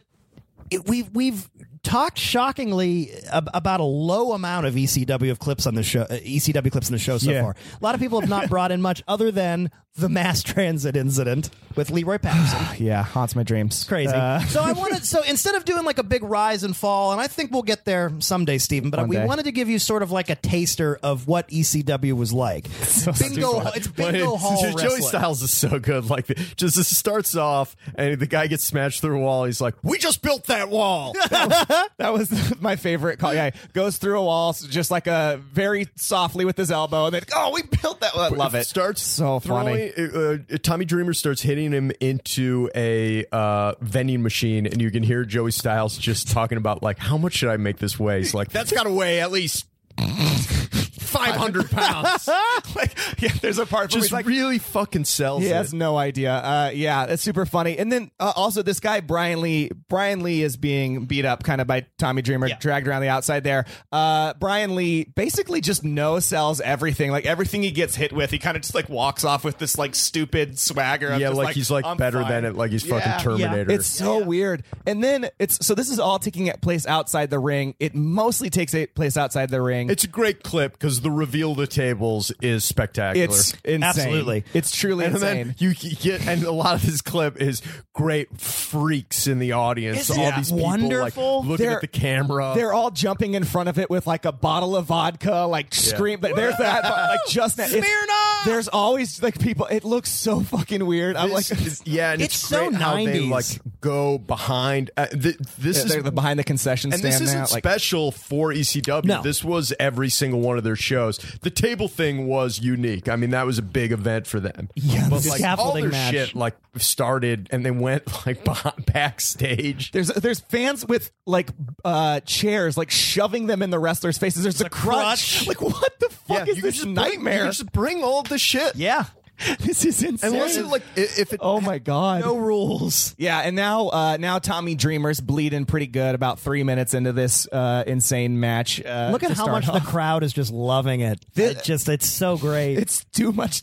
S2: it, we've we've talked shockingly ab- about a low amount of ECW of clips on the show. Uh, ECW clips on the show so
S4: Yeah.
S2: far. A lot of people have not brought in much other than the mass *laughs* transit incident with Leroy Patterson
S4: yeah, haunts my dreams. Uh,
S2: crazy. *laughs* so I wanted so instead of doing like a big rise and fall, and I think we'll get there someday, Stephen. But
S4: One
S2: we
S4: day.
S2: wanted to give you sort of like a taster of what ECW was like. bingo,
S4: stupid.
S2: it's
S8: But
S2: bingo
S8: it's-
S2: hall
S8: Joey
S2: wrestling.
S8: Styles is so good. Like, just it starts off, and the guy gets smashed through a wall. He's like, "We just built that *laughs* wall."
S4: That was *laughs* my favorite call. Yeah, goes through a wall s- just like a very softly with his elbow, and then oh, we built that. One. Love it.
S8: Starts
S4: So *laughs* funny.
S8: throwing- uh, uh, Tommy Dreamer starts hitting him into a uh, vending machine, and you can hear Joey Styles *laughs* just talking about like, "How much should I make this weigh?" He's like, "That's got to weigh at least." 500 pounds.
S3: like, yeah, there's a part where
S8: Just
S3: he's like,
S8: really fucking sells
S3: He
S8: it.
S3: has no idea. Uh, yeah, that's super funny. And then uh, also this guy Brian Lee. Brian Lee is being beat up kind of by Tommy Dreamer, dragged around the outside there. Uh, Brian Lee basically just no sells everything. Like everything he gets hit with, he kind of just like walks off with this like stupid swagger. of
S8: yeah,
S3: just
S8: like, he's like
S3: "I'm
S8: better
S3: fine."
S8: than it. Like he's
S3: Yeah.
S8: fucking Terminator.
S3: It's so weird. And then it's so this is all taking place outside the ring. It mostly takes a- place outside the ring.
S8: It's a great clip because the reveal to tables is spectacular.
S3: it's insane.
S2: Absolutely.
S3: It's truly
S8: and
S3: insane.
S8: then you you get, and a lot of this clip is great freaks in the audience.
S2: Isn't
S8: all
S2: that
S8: these people
S2: wonderful?
S8: like looking
S3: Oh, They're-
S8: at the camera.
S3: They're all jumping in front of it with like a bottle of vodka, like scream. But there's that, but, like just now. it's-
S2: Smirnoff!
S3: There's always like people. It looks so fucking weird. I'm like,
S8: This is-
S3: *laughs*
S8: yeah, and it's,
S2: It's so
S8: great how they
S2: 90s.
S8: like go behind. Uh, th- this
S3: they're
S8: is
S3: they're behind the concession
S8: and
S3: stand
S8: this isn't
S3: now. Like,
S8: special for ECW.
S2: No.
S8: This was every single one of their shows. The table thing was unique. I mean, that was a big event for them.
S2: Yeah,
S8: *laughs* but
S2: the
S8: like all
S2: scaffolding
S8: their
S2: match.
S8: shit like started and they went *laughs* like behind, backstage.
S3: there's there's fans with like uh chairs, like shoving them in the wrestlers' faces. There's a, crutch.
S2: crutch.
S3: Like, what the fuck is
S8: could
S3: this
S8: just Bring, you
S3: nightmare?
S8: could just bring all the shit.
S2: Yeah.
S3: *laughs* this is insane.
S8: unless it like i- if it.
S3: oh my god,
S2: No rules.
S3: Yeah, and now uh, now Tommy Dreamer's bleeding pretty good about three minutes into this uh, *laughs* insane match. Uh,
S2: Look at
S3: to
S2: how
S3: start
S2: much
S3: off.
S2: the crowd is just loving it. It just it's so great.
S3: It's too much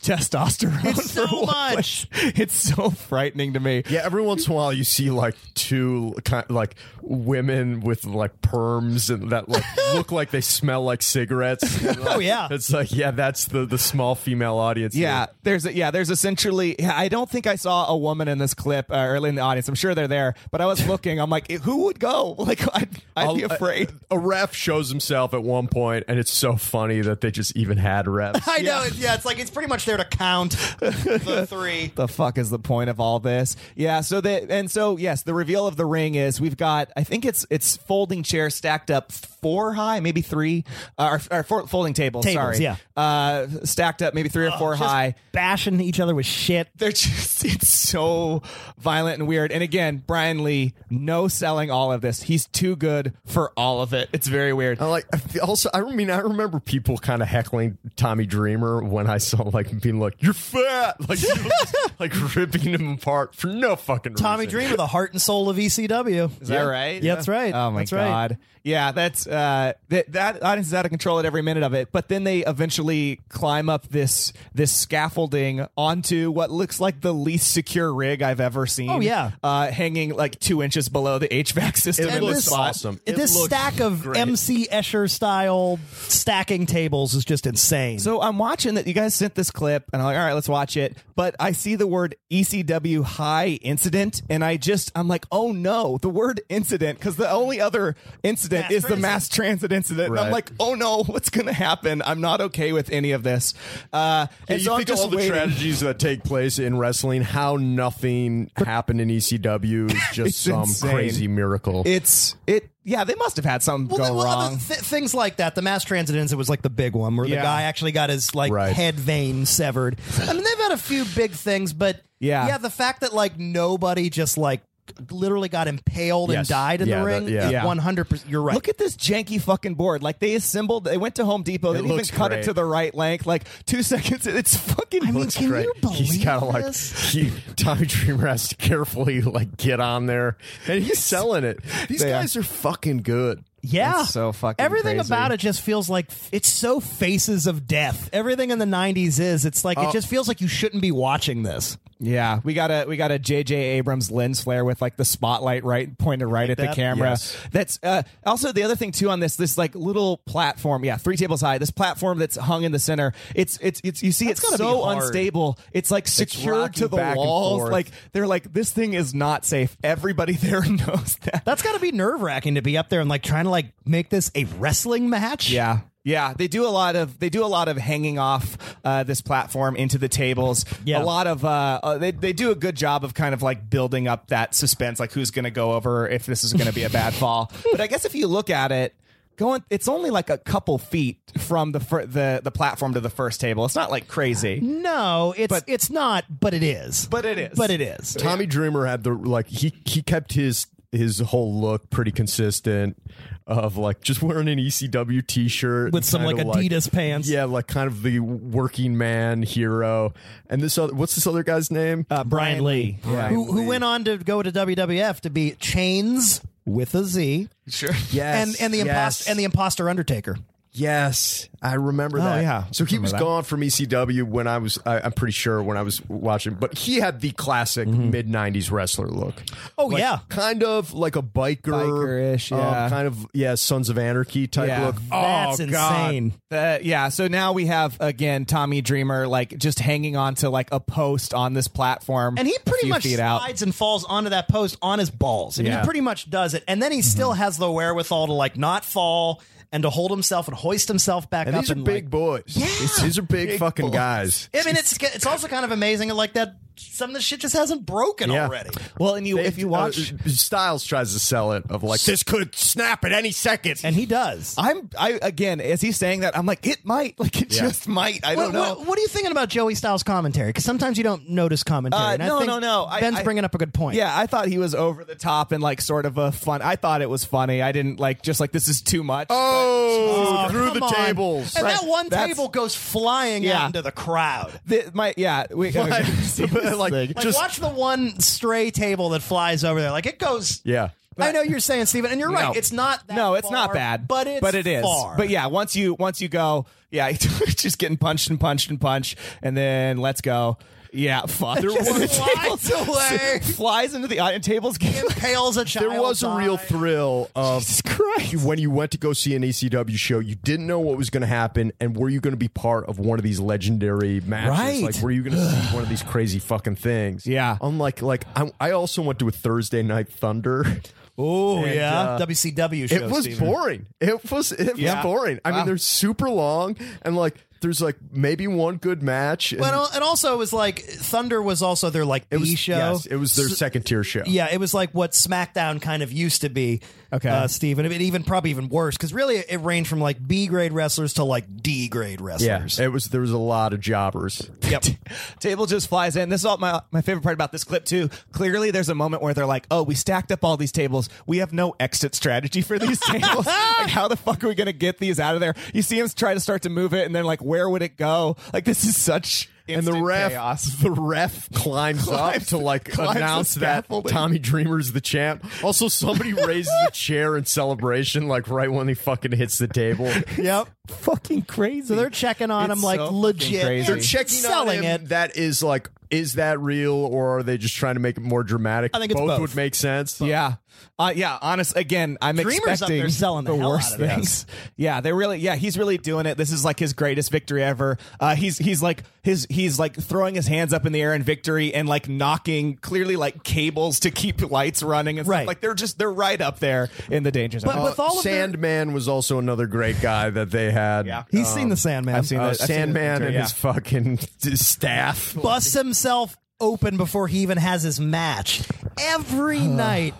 S2: *laughs*
S3: testosterone.
S2: It's so
S3: for one
S2: much.
S3: place. It's so frightening to me.
S8: Yeah, every once in a while you see like two kind like women with like perms and that *laughs* like look like they smell like *laughs* cigarettes.
S2: oh yeah.
S8: It's like yeah, that's the the small female audience. here.
S3: Yeah, there's a, yeah, there's essentially. yeah, I don't think I saw a woman in this clip uh, early in the audience. I'm sure they're there, but I was looking. I'm like, who would go? *laughs* Like, I'd, I'd be
S8: I'll-
S3: afraid.
S8: A, a ref shows himself at one point, and it's so funny that they just even had refs.
S2: I know. It's, yeah, it's like it's pretty much there to count the three.
S3: the fuck is the point of all this? Yeah, so that and so yes, the reveal of the ring is we've got I think it's it's folding chairs stacked up four high, maybe three, uh, or, or four, folding tables.
S2: Tables,
S3: sorry,
S2: yeah.
S3: uh, stacked up maybe three or four
S2: Just
S3: high.
S2: bashing each other with shit.
S3: They're just *laughs* it's so violent and weird. And again, Brian Lee, no selling all of this. He's too good for all of it. It's very weird.
S8: I like I feel- also, I mean, I remember people kind of heckling Tommy Dreamer when I saw like being like, "You're fat," *laughs* like you know, like ripping him apart for no fucking
S2: Tommy
S8: reason.
S2: Dreamer, the heart and soul of ECW.
S3: Is that right?
S2: Yeah, that's right.
S3: Oh my
S2: That's right.
S3: god. Yeah, that's uh, that that audience is out of control at every minute of it. But then they eventually climb up this this scaffolding onto what looks like the least secure rig I've ever seen.
S2: Oh, yeah.
S3: uh, hanging like two inches below the HVAC system.
S8: It
S3: in
S8: looks
S3: this spot.
S8: awesome. It
S2: this
S8: looks
S2: stack of
S8: great.
S2: MC Escher style stacking tables is just insane.
S3: So I'm watching that you guys sent this clip, and I'm like, all right, let's watch it. But I see the word ECW high incident, and I just I'm like, oh no, the word incident, because the only other incident
S2: Mass
S3: is the
S2: transit.
S3: mass transit incident. And I'm
S8: Right.
S3: like, oh no, what's gonna happen? I'm not okay with any of this. Uh,
S8: Yeah,
S3: and
S8: you
S3: so I'm
S8: think
S3: just
S8: all the
S3: waiting. *laughs*
S8: tragedies that take place in wrestling, how nothing happened in ECW *laughs* is
S3: It's
S8: just some
S3: insane.
S8: crazy miracle.
S3: It's it. Yeah, they must have had something
S2: well,
S3: go
S2: then, well,
S3: wrong.
S2: other th- things like that. The mass transit incident was like the big one where
S3: Yeah.
S2: the guy actually got his like
S8: Right.
S2: head vein severed. I mean, they've had a few big things, but
S3: Yeah.
S2: yeah, the fact that like nobody just like literally got impaled and
S8: Yes.
S2: died in
S8: Yeah,
S2: the
S8: that-
S2: ring,
S8: yeah.
S3: Yeah.
S2: one hundred percent. You're right.
S3: Look at this janky fucking board. Like they assembled, they went to Home Depot. They
S8: It
S3: didn't even
S8: looks
S3: cut it
S8: great.
S3: to the right length. Like two *laughs* seconds, it's fucking.
S2: I mean,
S8: looks
S2: can
S8: great.
S2: you believe
S8: He's
S2: kind of
S8: like he, Tommy Dreamer has to carefully like get on there, and he's selling it. These
S3: They are.
S8: guys are fucking good.
S2: Yeah,
S3: It's so fucking
S2: Everything
S3: crazy.
S2: about it just feels like it's so faces of death. Everything in the '90s is. It's like it just feels like you shouldn't be watching this.
S3: Oh. Yeah, we got a we got a JJ Abrams lens flare with like the spotlight right pointed right at the
S2: that?
S3: camera.
S8: Yes.
S3: That's uh, also the other thing too on this this like little platform. Yeah, three tables high. This platform that's hung in the center. It's it's it's you see it's
S2: gotta be
S3: so
S2: hard.
S3: unstable. It's like secured
S8: rocking
S3: to the
S8: back and
S3: walls.
S8: forth.
S3: Like they're like this thing is not safe. Everybody *laughs* there knows that.
S2: That's got to be nerve wracking to be up there and like trying to like make this a wrestling match.
S3: Yeah. Yeah, they do a lot of they do a lot of hanging off uh, this platform into the tables.
S2: Yeah.
S3: a lot of uh, uh, they they do a good job of kind of like building up that suspense, like who's going to go over, if this is going to be a bad fall. But I guess if you look at it, going it's only like a couple feet from the fir- the the platform to the first table. It's not like
S2: Mm-hmm.
S3: crazy,
S2: No, it's
S3: But-
S2: it's not, but it is.
S3: but it is.
S2: But it is.
S8: Tommy Dreamer had the like he he kept his his whole look pretty consistent of like just wearing an ECW t-shirt
S2: With some,
S8: kinda
S2: like, Adidas pants.
S8: Yeah, like kind of the working man hero. And this other, what's this other guy's name?
S2: Uh, Brian Lee,
S8: Brian
S2: who, who
S8: Lee.
S2: went on to go to WWF to be Chains with a Z,
S4: Sure.
S8: yes,
S2: and and the
S8: yes,
S2: imposter and the Oh, imposter Undertaker.
S8: yes, I remember that.
S4: yeah.
S8: so he
S4: Remember
S8: was
S4: that.
S8: gone from ECW when I was, I, I'm pretty sure when I was watching, but he had the classic
S2: Mm-hmm.
S8: mid '90s wrestler look.
S2: Oh yeah,
S8: kind of like a biker, um,
S4: Biker-ish, yeah.
S8: kind of yeah, Sons of Anarchy type
S4: Yeah.
S8: look.
S2: That's
S8: oh,
S2: insane.
S4: That- yeah. So now we have again Tommy Dreamer like just hanging on to like a post on this platform,
S2: and he
S4: a
S2: pretty
S4: few
S2: much
S4: feet out.
S2: slides and falls onto that post on his balls. I mean,
S8: Yeah.
S2: he pretty much does it, and then he still has the wherewithal to like not fall and to hold himself and hoist himself back
S8: And
S2: up.
S8: these are
S2: and,
S8: big
S2: like-
S8: boys. Yeah, these are big, fucking guys.
S2: I mean, it's it's also kind of amazing, like that some of the shit just hasn't broken
S8: Yeah.
S2: already.
S4: well, and you
S8: They-
S4: if you watch,
S8: uh, Styles tries to sell it of like this could snap at any second.
S2: And he does.
S4: I'm I again as he's saying that I'm like it might *laughs* like it
S8: Yeah.
S4: just might. I
S2: What,
S4: don't know.
S2: what, what are you thinking about Joey Styles' commentary? Because sometimes you don't notice commentary.
S4: Uh,
S2: and I
S4: no,
S2: think
S4: no, no. I-
S2: Ben's
S4: I-
S2: bringing up a good point.
S4: Yeah, I thought he was over the top and like sort of a fun. I thought it was funny. I didn't like just like this is too much.
S8: oh,
S2: Oh,
S8: through the
S2: come on.
S8: tables.
S2: And
S4: Right.
S2: that one
S4: That's-
S2: table goes flying
S4: Yeah.
S2: out into the crowd.
S4: Th- my yeah, we,
S3: *laughs*
S8: Like,
S4: See this
S8: like,
S4: thing.
S2: Like,
S8: just
S2: watch the one stray table that flies over there. Like, it goes.
S8: yeah.
S2: I know you're saying, Steven, and you're right. It's not that
S4: no, it's
S2: far,
S4: not bad,
S2: But it's
S4: but it is.
S2: far.
S4: But yeah, once you once you go, yeah, *laughs* it's just getting punched and punched and punched, and then let's go. Yeah, *laughs* fuck. There
S2: was- Flies away.
S4: flies into the uh, and tables. Get,
S2: Impales a child.
S8: There was a real thrill of
S4: Jesus Christ.
S8: you- when you went to go see an ECW show, you didn't know what was going to happen, and were you going to be part of one of these legendary matches?
S4: Right.
S8: Like, were
S4: *sighs*
S8: you going to see one of these crazy fucking things?
S4: Yeah.
S8: Unlike, like, I, I also went to a Thursday Night
S4: *laughs*
S8: Thunder.
S2: Oh,
S8: And,
S2: yeah.
S8: uh,
S2: WCW show.
S8: It was
S2: Steven.
S8: boring. It was it was
S4: Yeah.
S8: boring. I
S4: Wow.
S8: mean, they're super long, and like, there's like maybe one good match. And
S2: But al- and also it was like Thunder was also their like B
S8: it was
S2: show.
S8: yes, it was their second tier show.
S2: Yeah, it was like what SmackDown kind of used to be.
S4: Okay.
S2: uh, Steve, and it even probably even worse because really it ranged from like B grade wrestlers to like D grade
S8: Yeah, *laughs*
S2: wrestlers.
S8: it was. There was a lot of jobbers.
S2: Yep.
S4: Table just flies in. This is all my my favorite part about this clip too. Clearly, there's a moment where they're like, "Oh, we stacked up all these tables. We have no exit strategy
S2: *laughs*
S4: for these tables. like, how the fuck are we gonna get these out of there?" You see him try to start to move it, and then like, where would it go? Like, this is such
S8: and the
S4: instant
S8: ref
S4: chaos.
S8: *laughs* the ref climbs,
S4: Climbs-
S8: up to like
S4: *laughs* climbs the
S8: announce that
S4: scaffolding.
S8: Tommy Dreamer's the champ. Also, *laughs* somebody raises a chair in celebration, like right when he fucking hits the table.
S2: Yep.
S4: Fucking crazy.
S2: So they're checking on
S4: It's
S2: him like
S4: so fucking
S2: legit.
S4: crazy.
S8: They're checking
S2: selling
S8: on him.
S2: it.
S8: That is like, is that real, or are they just trying to make it more dramatic?
S2: I think it's both.
S8: would make sense.
S4: Yeah, uh, yeah. Honest, again, I'm
S2: Dreamer's up
S4: expecting
S2: there selling the hell
S4: worst
S2: out of it.
S4: things. Yeah, they really. Yeah, he's really doing it. This is like his greatest victory ever. Uh, he's he's like his he's like throwing his hands up in the air in victory and like knocking clearly like cables to keep lights running and
S2: Right.
S4: stuff. Like they're just they're right up there in the danger zone. Uh,
S2: But with all of their-
S8: Sandman was also another great guy that they had.
S4: Yeah.
S2: He's seen the Sandman.
S4: I've seen
S8: Uh,
S4: Oh, I've seen that
S8: Sandman
S4: picture,
S8: and
S4: yeah.
S8: his fucking *laughs* staff.
S2: Busts himself open before he even has his match every night.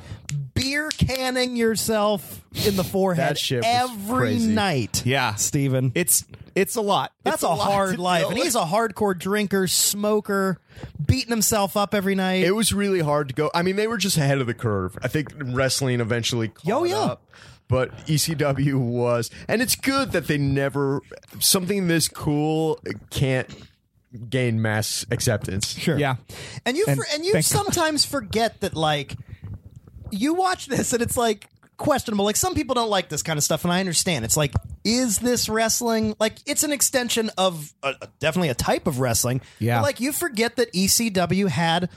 S2: Beer canning yourself in the forehead
S8: That shit was
S2: every
S8: crazy.
S2: night.
S4: Yeah.
S2: Steven.
S4: it's it's a lot.
S2: That's
S4: It's
S2: a,
S4: lot to
S2: hard
S4: deal
S2: life. And
S4: with.
S2: he's a hardcore drinker, smoker, beating himself up every night.
S8: It was really hard to go. I mean, they were just ahead of the curve. I think wrestling eventually caught
S2: Yo, yeah.
S8: up. But ECW was, and it's good that they never something this cool can't gain mass acceptance. Sure.
S4: yeah.
S2: and you
S4: and
S2: for, and you
S4: thank-
S2: sometimes forget that like you watch this and it's like questionable. Like some people don't like this kind of stuff and I understand. It's like is this wrestling? Like it's an extension of uh, definitely a type of wrestling.
S4: Yeah.
S2: But, like you forget that ECW had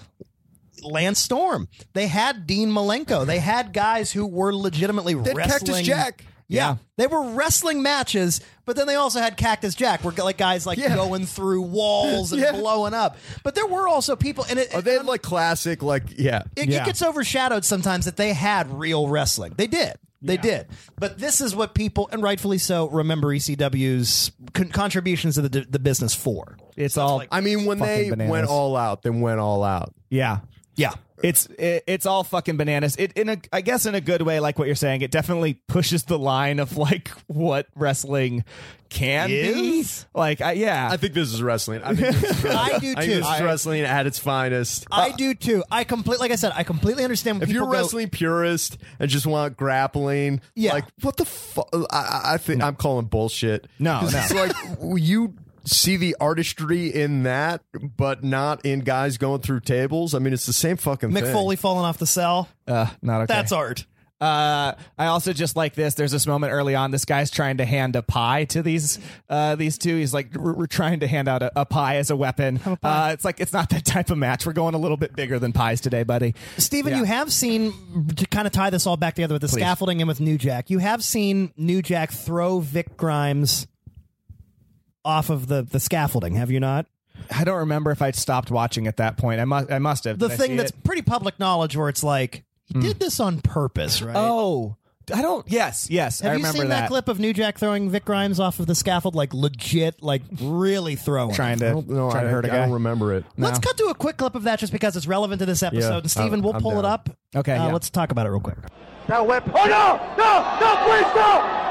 S2: Lance Storm. They had Dean Malenko. They had guys who were legitimately
S8: They had
S2: wrestling.
S8: Cactus Jack.
S2: Yeah.
S4: Yeah.
S2: they were wrestling matches, but then they also had Cactus Jack, where like guys like
S8: Yeah.
S2: going through walls and
S8: *laughs* Yeah.
S2: blowing up. But there were also people, and it,
S8: Are they like classic? Like, yeah.
S2: it,
S4: Yeah.
S2: it gets overshadowed sometimes that they had real wrestling. They did. They did. But this is what people, and rightfully so, remember ECW's con- contributions to the, the business for.
S4: It's all.
S8: I mean, when
S4: Fucking
S8: they
S4: bananas.
S8: went all out, they went all out.
S4: yeah.
S2: Yeah.
S4: It's it, it's all fucking bananas. It in a I guess in a good way, like what you're saying, it definitely pushes the line of like *laughs* what wrestling can
S2: Is?
S4: be. Like I, yeah,
S8: I think this is wrestling. I, think this is
S2: I do
S8: I think
S2: too.
S8: this is
S2: I-
S8: wrestling at its finest.
S2: I do too. I complete, like I said, I completely understand. When
S8: if you're
S2: people
S8: a
S2: go-
S8: wrestling purist and just want grappling,
S2: Yeah.
S8: like what the fuck? I, I think I'm calling bullshit.
S4: No,
S8: *laughs* 'Cause
S4: no.
S8: it's like w- you see the artistry in that, but not in guys going through tables. I mean, it's the same fucking
S2: Mick
S8: thing.
S2: Foley falling off the cell,
S4: uh, not okay.
S2: that's art.
S4: Uh, I also just like this. There's this moment early on. This guy's trying to hand a pie to these uh, these two. He's like, we're, we're trying to hand out a, a pie as a weapon. Uh, it's like it's not that type of match. We're going a little bit bigger than pies today, buddy.
S2: Stephen,
S4: Yeah.
S2: you have seen to kind of tie this all back together with the scaffolding and with New Jack. You have seen New Jack throw Vic Grimes off of the the scaffolding, have you not?
S4: I don't remember if I stopped watching at that point. I must I must have
S2: The
S4: Did I see
S2: thing that's
S4: it? Hmm.
S2: pretty public knowledge, where it's like he did this on purpose, right?
S4: oh I don't yes yes I
S2: have you
S4: remember
S2: seen that. clip of New Jack throwing Vic Grimes off of the scaffold, like legit, like really throwing?
S4: trying to
S8: No, I,
S4: trying to hurt a
S8: I
S4: guy.
S8: don't remember it.
S2: Let's cut to a quick clip of that just because it's relevant to this episode.
S8: Yeah,
S2: and Steven,
S8: I'm-
S2: we'll
S8: I'm
S2: pull it
S8: down.
S2: up.
S4: Okay,
S2: Uh,
S4: yeah.
S2: Let's talk about it real quick.
S7: Oh no! No! No! Please no!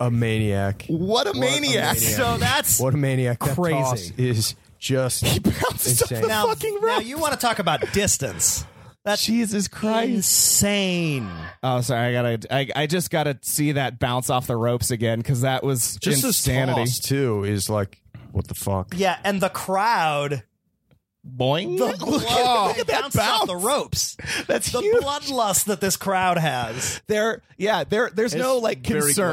S8: A maniac.
S4: What a maniac!
S2: So that's
S8: What a maniac! That
S2: Crazy.
S8: toss is just he *laughs*
S4: bounces off the
S2: now,
S4: fucking
S2: now
S4: rope.
S2: you want to talk about distance. That's
S4: Jesus Christ.
S2: insane.
S4: Oh, sorry. I gotta. I, I just gotta see that bounce off the ropes again because that was
S8: just
S4: insanity.
S8: This toss too is like what the fuck.
S2: Yeah, and the crowd.
S4: Boing.
S2: The blood,
S4: look at that
S2: bounced off the
S4: bounce.
S2: ropes.
S4: That's
S2: the
S4: huge.
S2: bloodlust that this crowd has.
S4: There. Yeah. There. There's no
S8: It's
S4: like
S8: very
S4: concern.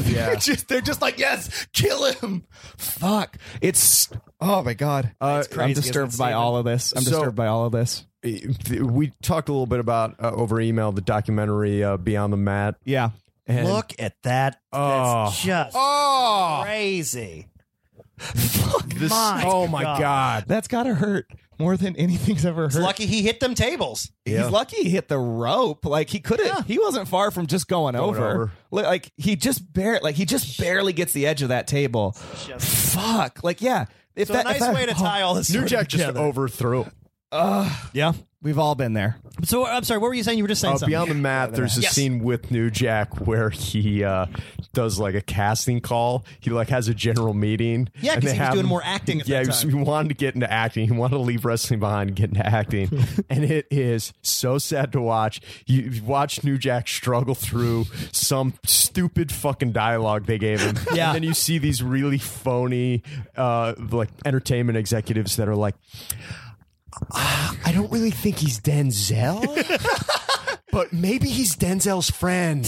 S4: *laughs* They're
S8: Yeah.
S4: just. They're just like yes. Kill him. Fuck. It's. Oh my god. Uh,
S2: crazy,
S4: I'm
S2: isn't
S4: disturbed
S2: it,
S4: by
S2: Steven?
S4: all of this. I'm
S8: So-
S4: disturbed by all of this.
S8: we talked a little bit about uh, over email the documentary uh, Beyond the Mat.
S4: Yeah.
S8: And
S2: Look at that.
S8: Oh.
S2: That's just
S8: Oh,
S2: crazy.
S8: this,
S2: my
S8: oh my
S2: God.
S8: god.
S4: That's gotta hurt more than anything's ever
S2: It's
S4: hurt.
S2: lucky he hit them tables.
S8: Yeah.
S4: He's lucky he hit the rope. Like he couldn't. He wasn't far from just going, over.
S8: over.
S4: Li- Like he just barely. Like he just barely gets the edge of that table. Fuck. Like yeah. If
S2: So
S4: that
S2: a nice
S4: if I-
S2: way to
S4: oh,
S2: tie all this
S8: New
S2: sort
S8: Jack just
S2: together.
S8: overthrew. it.
S4: yeah. We've all been there.
S2: So I'm sorry, what were you saying? You were just saying
S8: Uh,
S2: something.
S8: Beyond the Mat, there's a
S2: Yes.
S8: scene with New Jack where he uh, does like a casting call. He like has a general meeting.
S2: Yeah,
S8: and
S2: 'cause
S8: they
S2: he was
S8: have
S2: doing
S8: him-
S2: more acting at
S8: yeah,
S2: that
S8: he was-
S2: time.
S8: he wanted to get into acting. He wanted to leave wrestling behind and get into acting.
S2: *laughs*
S8: and it is so sad to watch. You you watch New Jack struggle through some stupid fucking dialogue they gave him.
S2: Yeah.
S8: And then you see these really phony uh, like entertainment executives that are like, "Ah, I don't really think he's Denzel. But maybe he's Denzel's friend.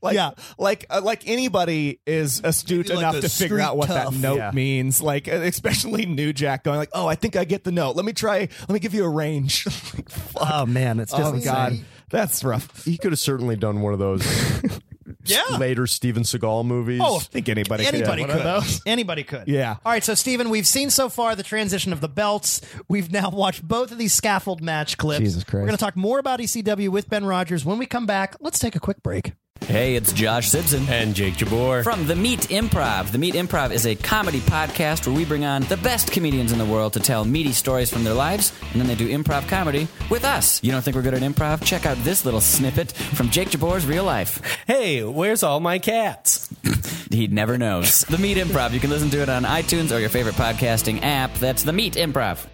S4: Like,
S2: Yeah.
S4: like uh, like anybody is astute
S2: Maybe like
S4: enough
S2: the
S4: to figure
S2: street
S4: out what
S2: tough.
S4: that note
S8: Yeah.
S4: means. Like uh, especially New Jack going like, "Oh, I think I get the note. Let me try. Let me give you a range." *laughs* Like, fuck.
S2: Oh man, it's just
S4: oh god, that's rough.
S8: He could have certainly done one of those
S2: Yeah.
S8: later Steven Seagal movies.
S10: *laughs*
S2: Oh,
S4: think anybody could
S2: Anybody
S4: have
S2: could.
S4: one of those.
S2: Anybody could.
S4: Yeah.
S2: All right. So, Steven, we've seen so far the transition of the belts. We've now watched both of these scaffold match clips.
S4: Jesus Christ.
S2: We're going to talk more about ECW with Ben Rogers when we come back. Let's take a quick break.
S11: Hey, it's Josh Simpson
S10: And Jake Jabor.
S11: from The Meat Improv. The Meat Improv is a comedy podcast where we bring on the best comedians in the world to tell meaty stories from their lives, and then they do improv comedy with us. You don't think we're good at improv? Check out this little snippet from Jake Jabor's real life.
S10: Hey, where's all my cats?
S11: *laughs* He never knows. The Meat Improv. You can listen to it on iTunes or your favorite podcasting app. That's The Meat Improv.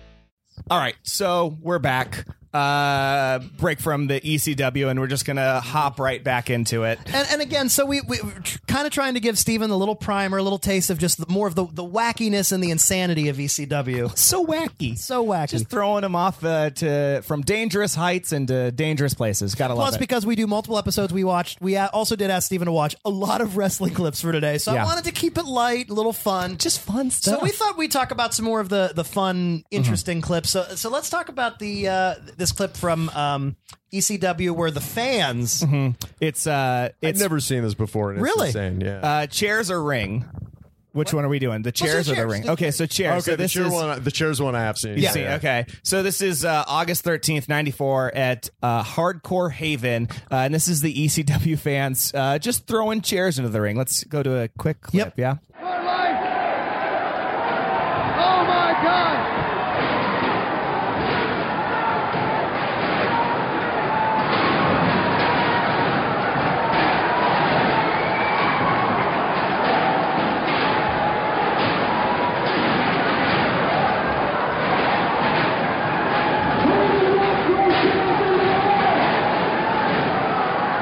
S4: All right, so we're back. Uh, break from the ECW, and we're just gonna hop right back into it.
S2: And, and again, so we, we we're tr- kind of trying to give Steven a little primer, a little taste of just the, more of the, the wackiness and the insanity of E ECW.
S4: So wacky,
S2: So wacky.
S4: Just throwing him off uh, to from dangerous heights into dangerous places. Gotta love
S2: Plus,
S4: it.
S2: because we do multiple episodes, we watched. We a- also did ask Steven to watch a lot of wrestling clips for today, so I
S4: Yeah.
S2: wanted to keep it light, a little fun,
S4: just fun
S2: So
S4: stuff. Mm-hmm.
S2: we thought we'd talk about some more of the the fun, interesting clips. So so let's talk about the uh, this clip from um, ECW where the fans.
S4: it's uh,
S8: I've
S4: it's
S8: never seen this before. And it's
S2: Really?
S8: insane, Yeah.
S4: uh, chairs or ring. Which one are we doing? The chairs or the
S2: chairs.
S4: ring? Okay, so chairs.
S8: Okay,
S4: so
S8: the
S4: this
S8: chair
S4: is,
S8: one. The chair's one I have seen.
S4: You see, okay. So this is uh, August 13th, 94 at uh, Hardcore Haven. Uh, and this is the ECW fans uh, just throwing chairs into the ring. Let's go to a quick clip.
S2: Yep.
S4: Yeah.
S7: My life. Oh my God.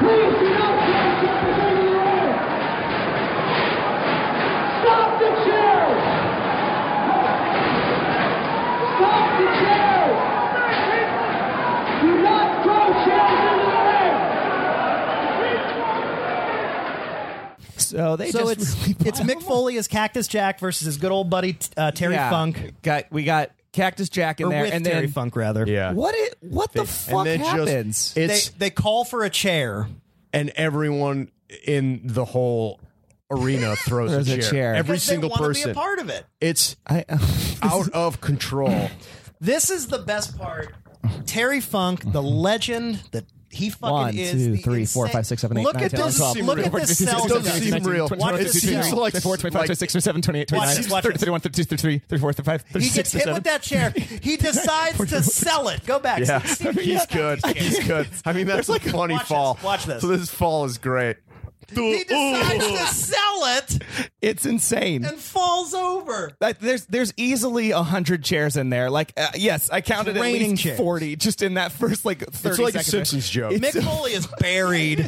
S7: Please do not change the order. Stop the chair! Stop the chair! Do not throw chairs in the ring!
S4: So oh, they
S2: so
S4: just
S2: it's
S4: really
S2: it's Mick Foley as Cactus Jack versus his good old buddy t- uh, Terry
S4: Yeah.
S2: Funk,
S4: Got we got Cactus Jack in
S2: or
S4: there,
S2: with
S4: and
S2: Terry
S4: then
S2: Funk rather.
S8: Yeah.
S4: what? It, what the
S8: And
S4: fuck
S8: then just-
S4: happens?
S2: they
S8: It's
S2: they call for a chair.
S8: and everyone in the whole
S7: *laughs*
S8: arena throws a
S4: Throws a
S8: chair.
S4: chair.
S8: Every
S2: 'Cause they
S8: single
S2: wanna
S8: person.
S2: be a part of it.
S8: It's
S4: I, *laughs*
S8: out of
S7: *laughs*
S8: control.
S2: This is the best part. Terry Funk, the legend that he fucking
S4: One,
S2: is.
S4: two,
S2: the
S4: three, four,
S2: insane-
S4: five, six, seven, eight,
S2: Look
S4: nine,
S2: at
S4: 10,
S2: this.
S4: 12,
S2: Look at
S4: 14,
S2: this
S4: 15,
S2: cell
S4: 16,
S8: doesn't
S2: phone.
S4: 17,
S8: seem
S4: 18,
S8: real.
S4: 21,
S8: Watch
S4: 22,
S8: this.
S4: 23,
S8: Seems like-
S4: 24, 25,
S8: like-
S4: 26, 27, 28,
S2: Watch
S4: 29,
S2: this, watch
S4: 30,
S2: this.
S4: 31, 32, 33, 34, 35,
S2: He
S4: 36,
S2: gets hit with
S4: 37.
S2: that chair. He decides to sell it. Go back.
S8: Yeah,
S2: Sixteen.
S8: he's good. He's good. I mean, that's like a funny
S2: Watch this.
S8: fall.
S2: Watch this.
S8: So this fall is great.
S2: He decides to sell it
S4: It's insane.
S2: and falls over.
S4: Like, there's there's easily a hundred chairs in there. Like uh, yes, I counted at
S2: Raining
S4: least
S2: chairs.
S4: forty just in that first like thirty
S8: It's like a
S4: seconds.
S8: Simpsons joke.
S2: Mick Foley is buried.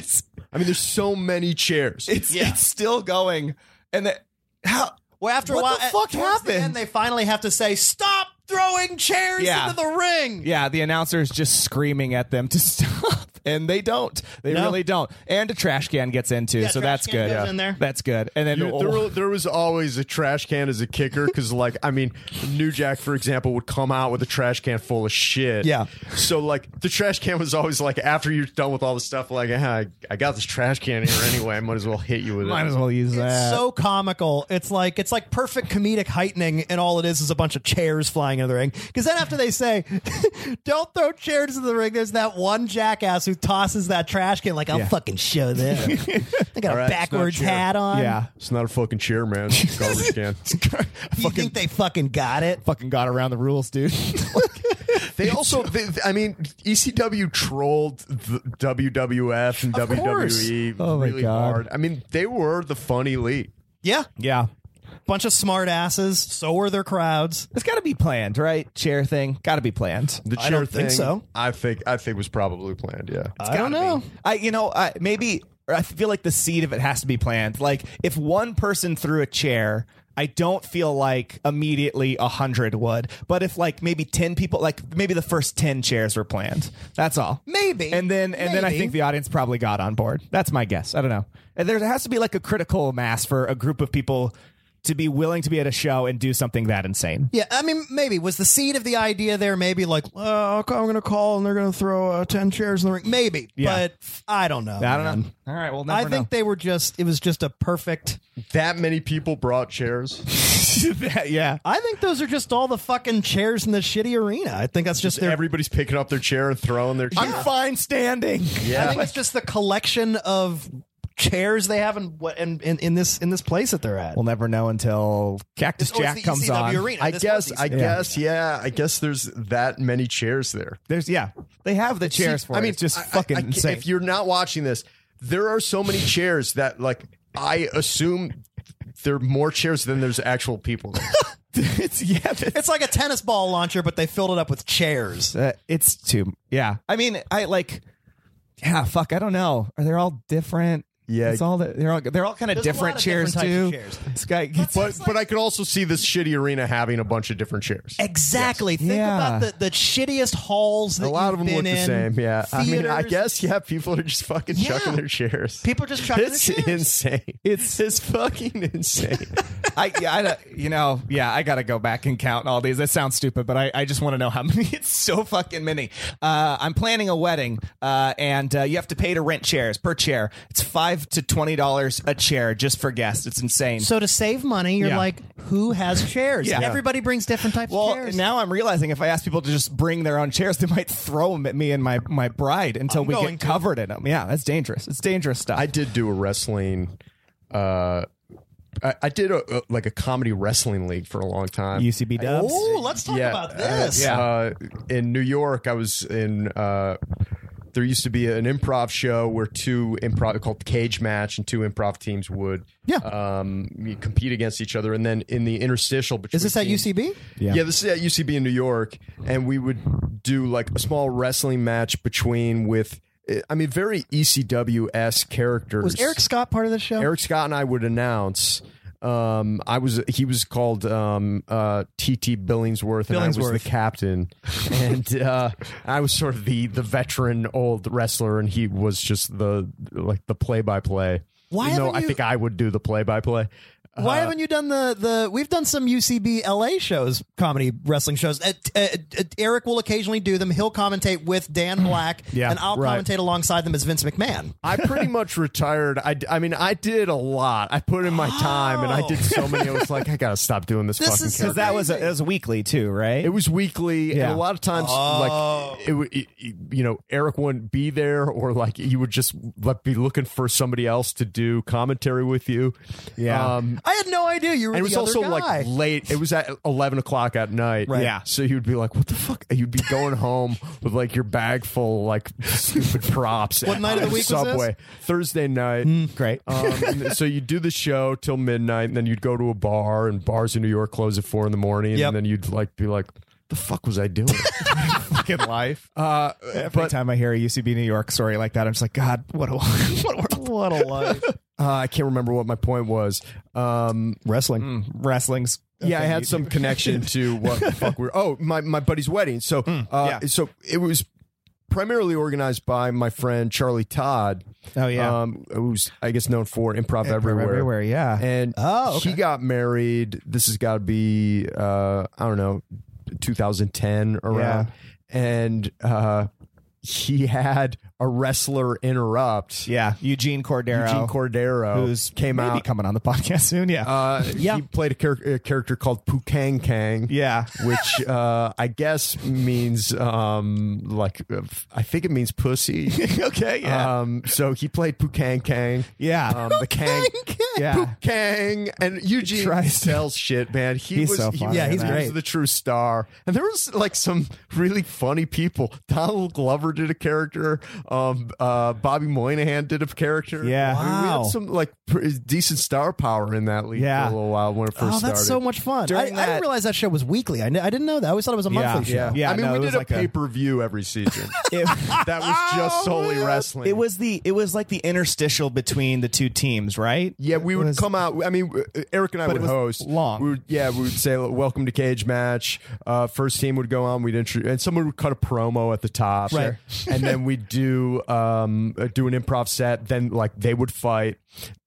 S8: I mean, there's so many chairs.
S4: It's
S2: Yeah.
S4: it's still going, and the, how
S2: Well, after a
S4: What
S2: while,
S4: the
S2: at-
S4: fuck
S2: towards the
S4: happened?
S2: end, they finally have to say, "Stop throwing chairs
S4: Yeah.
S2: into the ring."
S4: yeah the announcer is just screaming at them to *laughs* stop, and they don't. They
S2: No.
S4: really don't. And a trash can gets into,
S2: Yeah,
S4: so
S2: trash
S4: that's
S2: can
S4: good.
S2: goes in there.
S4: That's good. And then
S8: Dude,
S7: Oh.
S8: there, were- there was always a trash can as a kicker because, like, I mean, New Jack, for example, would come out with a trash can full of shit.
S4: Yeah.
S8: So, like, the trash can was always like, after you're done with all the stuff, like, "Ah, I, I got this trash can here anyway. I might as well hit you with
S4: might
S8: it.
S4: as well use
S2: It's
S4: that.
S2: so comical. It's like it's like perfect comedic heightening, and all it is is a bunch of chairs flying into the ring. Because then after they say, *laughs* "Don't throw chairs into the ring," there's that one jackass who tosses that trash can like, "I'll fucking show them."
S4: *laughs*
S2: they got
S8: right,
S2: a
S8: it's not
S2: backwards
S8: chair.
S2: hat on.
S4: yeah.
S8: It's not a fucking chair, man. It's a garbage can.
S2: you think they fucking got it?
S4: Fucking got around the rules, *laughs* dude.
S8: *laughs* They also, they, I mean, ECW trolled the WWF and
S2: Of course.
S8: WWE
S4: Oh my
S8: really
S4: God.
S8: hard. I mean, they were the funny league.
S2: Yeah,
S4: yeah.
S2: bunch of smartasses. So are their crowds.
S4: It's got to be planned, right? Chair thing, got to be planned.
S8: The chair
S2: I don't
S8: thing,
S2: think so.
S8: I think, I think was probably planned. Yeah,
S2: I don't know.
S4: I you know I, maybe or I feel like the seed of it has to be planned. Like if one person threw a chair, I don't feel like immediately a hundred would. But if like maybe ten people, like maybe the first ten chairs were planned. That's all.
S2: Maybe.
S4: And then and then I
S2: Maybe.
S4: think the audience probably got on board. That's my guess. I don't know. And there has to be like a critical mass for a group of people to be willing to be at a show and do something that insane.
S2: Yeah, I mean, maybe was the seed of the idea there. Maybe like, oh, I'm going to call and they're going to throw uh, ten chairs in the ring. Maybe,
S4: Yeah.
S2: but I don't know.
S4: I don't
S2: man.
S4: know. All right, well, never
S2: I think they were just. It was just a perfect.
S8: that many people brought chairs.
S4: that, yeah.
S2: I think those are just all the fucking chairs in the shitty arena. I think that's just their.
S8: Everybody's picking up their chair and throwing their chair.
S4: I'm fine standing.
S2: I think it's just the collection of chairs they have in what in, in, in this in this place that they're at.
S4: We'll never know until Cactus
S2: Oh, it's
S4: Jack
S2: the
S4: comes on.
S2: ECW arena.
S8: I
S2: This
S8: guess,
S2: was
S8: I
S2: ECW.
S8: guess, yeah, I guess there's that many chairs there.
S4: There's yeah, they have the chairs
S8: See,
S4: for. it. It's just
S8: I- I-
S4: fucking
S8: I can't-
S4: insane.
S8: If you're not watching this, there are so many chairs that, like, I assume there are more chairs than there's actual people. there.
S4: *laughs* it's yeah, that's-
S2: It's like a tennis ball launcher, but they filled it up with chairs.
S4: uh, it's too yeah. I mean, I like yeah. Fuck, I don't know. Are they all different?
S8: Yeah.
S4: it's all the, they're all they're all kind of
S2: There's a lot
S4: different
S2: of
S4: chairs
S2: different
S4: too.
S2: types of
S4: This guy gets
S8: *laughs* but but I could also see this shitty arena having a bunch of different chairs.
S2: Exactly. Think
S4: Yeah.
S2: about the, the shittiest halls that
S8: A lot
S2: you've
S8: of them
S2: been
S8: look the
S2: in,
S8: same. Yeah, I mean, I
S2: theaters.
S8: guess yeah, people are just fucking
S2: Yeah.
S8: chucking their chairs.
S2: people just chucking their
S8: It's
S2: chairs.
S8: insane. It's it's fucking insane.
S4: *laughs* I, yeah, I don't- you know, yeah, I gotta go back and count all these. That sounds stupid, but I, I just want to know how *laughs* many. It's so fucking many. Uh, I'm planning a wedding, uh, and uh, you have to pay to rent chairs per chair. It's five to twenty dollars a chair just for guests. It's insane.
S2: So to save money, you're
S4: Yeah.
S2: like, who has chairs?
S4: Yeah.
S2: Everybody brings different types
S4: well,
S2: of chairs.
S4: now I'm realizing if I ask people to just bring their own chairs, they might throw them at me and my, my bride until we
S2: going
S4: get
S2: to.
S4: covered in them. Yeah, that's dangerous. It's dangerous stuff.
S8: I did do a wrestling. Uh, I, I did a, a- like a comedy wrestling league for a long time.
S4: UCB dubs.
S2: oh, let's talk about this.
S8: uh, yeah. Uh, in New York, I was in. Uh, there used to be an improv show where two improv called Cage Match, and two improv teams would
S2: Yeah.
S8: um, compete against each other. And then in the interstitial between
S2: Is this at
S8: teams-
S2: UCB?
S8: yeah. this is at UCB in New York, and we would do like a small wrestling match between with, I mean, very ECW esque characters.
S2: Was Eric Scott part of the show?
S8: Eric Scott and I would announce. Um, I was he was called um, uh, TT Billingsworth, and I was the
S2: Billingsworth. *laughs*
S8: captain, and uh, I was sort of the the veteran old wrestler, and he was just the like the play by play.
S2: Why
S8: Even though
S2: haven't
S8: I
S2: you-
S8: think I would do the play by play.
S2: Why haven't you done the the? We've done some UCB LA shows, comedy wrestling shows. Uh, uh, uh, Eric will occasionally do them. He'll commentate with Dan Black,
S4: Yeah,
S2: and I'll
S8: Mm. right.
S2: commentate alongside them as Vince McMahon. *laughs*
S8: I pretty much retired. I, d- I mean, I did a lot. I put in my time, and I did so many. I was like, I gotta stop doing this.
S2: This
S8: fucking
S2: is so
S8: character.
S4: Because that was a, it was weekly too, right?
S8: It was weekly,
S4: Yeah.
S8: and a lot of times,
S2: Oh.
S8: like it, w- it, it- you know, Eric wouldn't be there, or like you would just like be looking for somebody else to do commentary with you.
S4: Yeah.
S8: um,
S2: I had no idea you were
S8: and it
S2: the
S8: was
S2: other
S8: also
S2: guy.
S8: like late. It was at eleven o'clock at night.
S2: Right.
S4: Yeah.
S8: So you'd be like, "What the fuck?" You'd be going home with like your bag full of, like stupid props.
S2: What
S8: at-
S2: night of
S8: *laughs*
S2: the
S8: at
S2: week Hmm. was this?
S8: Subway Thursday night.
S4: great.
S8: Um, and so you'd do the show till midnight, and then you'd go to a bar, and bars in New York close at four in the morning,
S2: Yep.
S8: and then you'd like be like, "The fuck was I doing?"
S4: Fucking *laughs* life.
S8: uh,
S4: Every time I hear a UCB New York story like that, I'm just like, God, what a *laughs* what a, what a life.
S8: uh, I can't remember what my point was. Um,
S2: wrestling.
S4: Mm. Wrestling's
S8: yeah, I had some connection to what the fuck we're. Oh, my my buddy's wedding. So, uh,
S4: yeah.
S8: so it was primarily organized by my friend Charlie Todd.
S4: Oh, yeah.
S8: um, who's I guess known for improv, everywhere.
S4: everywhere, yeah.
S8: and
S2: Oh, okay.
S8: he got married. This has got to be uh, I don't know, 2010 around, and uh, he had a wrestler interrupt.
S4: yeah, Eugene Cordero,
S8: Eugene Cordero
S4: who's
S8: came
S4: maybe
S8: out.
S4: coming on the podcast soon. Yeah, *laughs*
S8: Uh,
S2: Yeah.
S8: He played a, char- a character called Pukang Kang.
S4: Yeah.
S8: Which uh, I guess means, um, like, uh, I think it means pussy.
S4: *laughs* okay,
S8: Um, so he played Pukang Kang.
S4: yeah.
S8: Um, the Kang.
S4: Yeah.
S8: Pukang. And Eugene
S4: Tries to-
S8: sells shit, man. He
S4: He's
S8: was,
S4: so
S8: he
S4: funny
S8: was-
S2: Yeah, he's
S8: he
S2: great.
S8: was the true star. And there was like some really funny people. Donald Glover did a character. Um, uh, Bobby Moynihan did a character.
S4: Yeah.
S8: I mean, we
S2: Wow.
S8: had some like pr- decent star power in that league
S4: Yeah.
S8: for a little while when it first
S2: Oh,
S8: started.
S2: that's so much fun! I, I
S4: During
S2: didn't
S4: that-
S2: realize that show was weekly. I, kn- I didn't know that. I always thought it was a monthly
S4: Yeah.
S2: show.
S8: *laughs* yeah, I mean,
S4: no, it
S8: we
S4: was
S8: did a
S4: like a-
S8: pay per view every season.
S4: *laughs* It-
S8: that was just solely wrestling.
S4: *laughs* It was the it was like the interstitial between the two teams, right?
S8: Yeah, we would
S4: was-
S8: come out. I mean, uh, Eric and I
S4: But it
S8: would
S4: was
S8: host
S4: long.
S8: We would, yeah, we would say, "Welcome to Cage Match." Uh, first team would go on. We'd introduce, and someone would cut a promo at the top,
S2: Right.
S8: and then we'd do um, uh, do an improv set. Then like they would fight,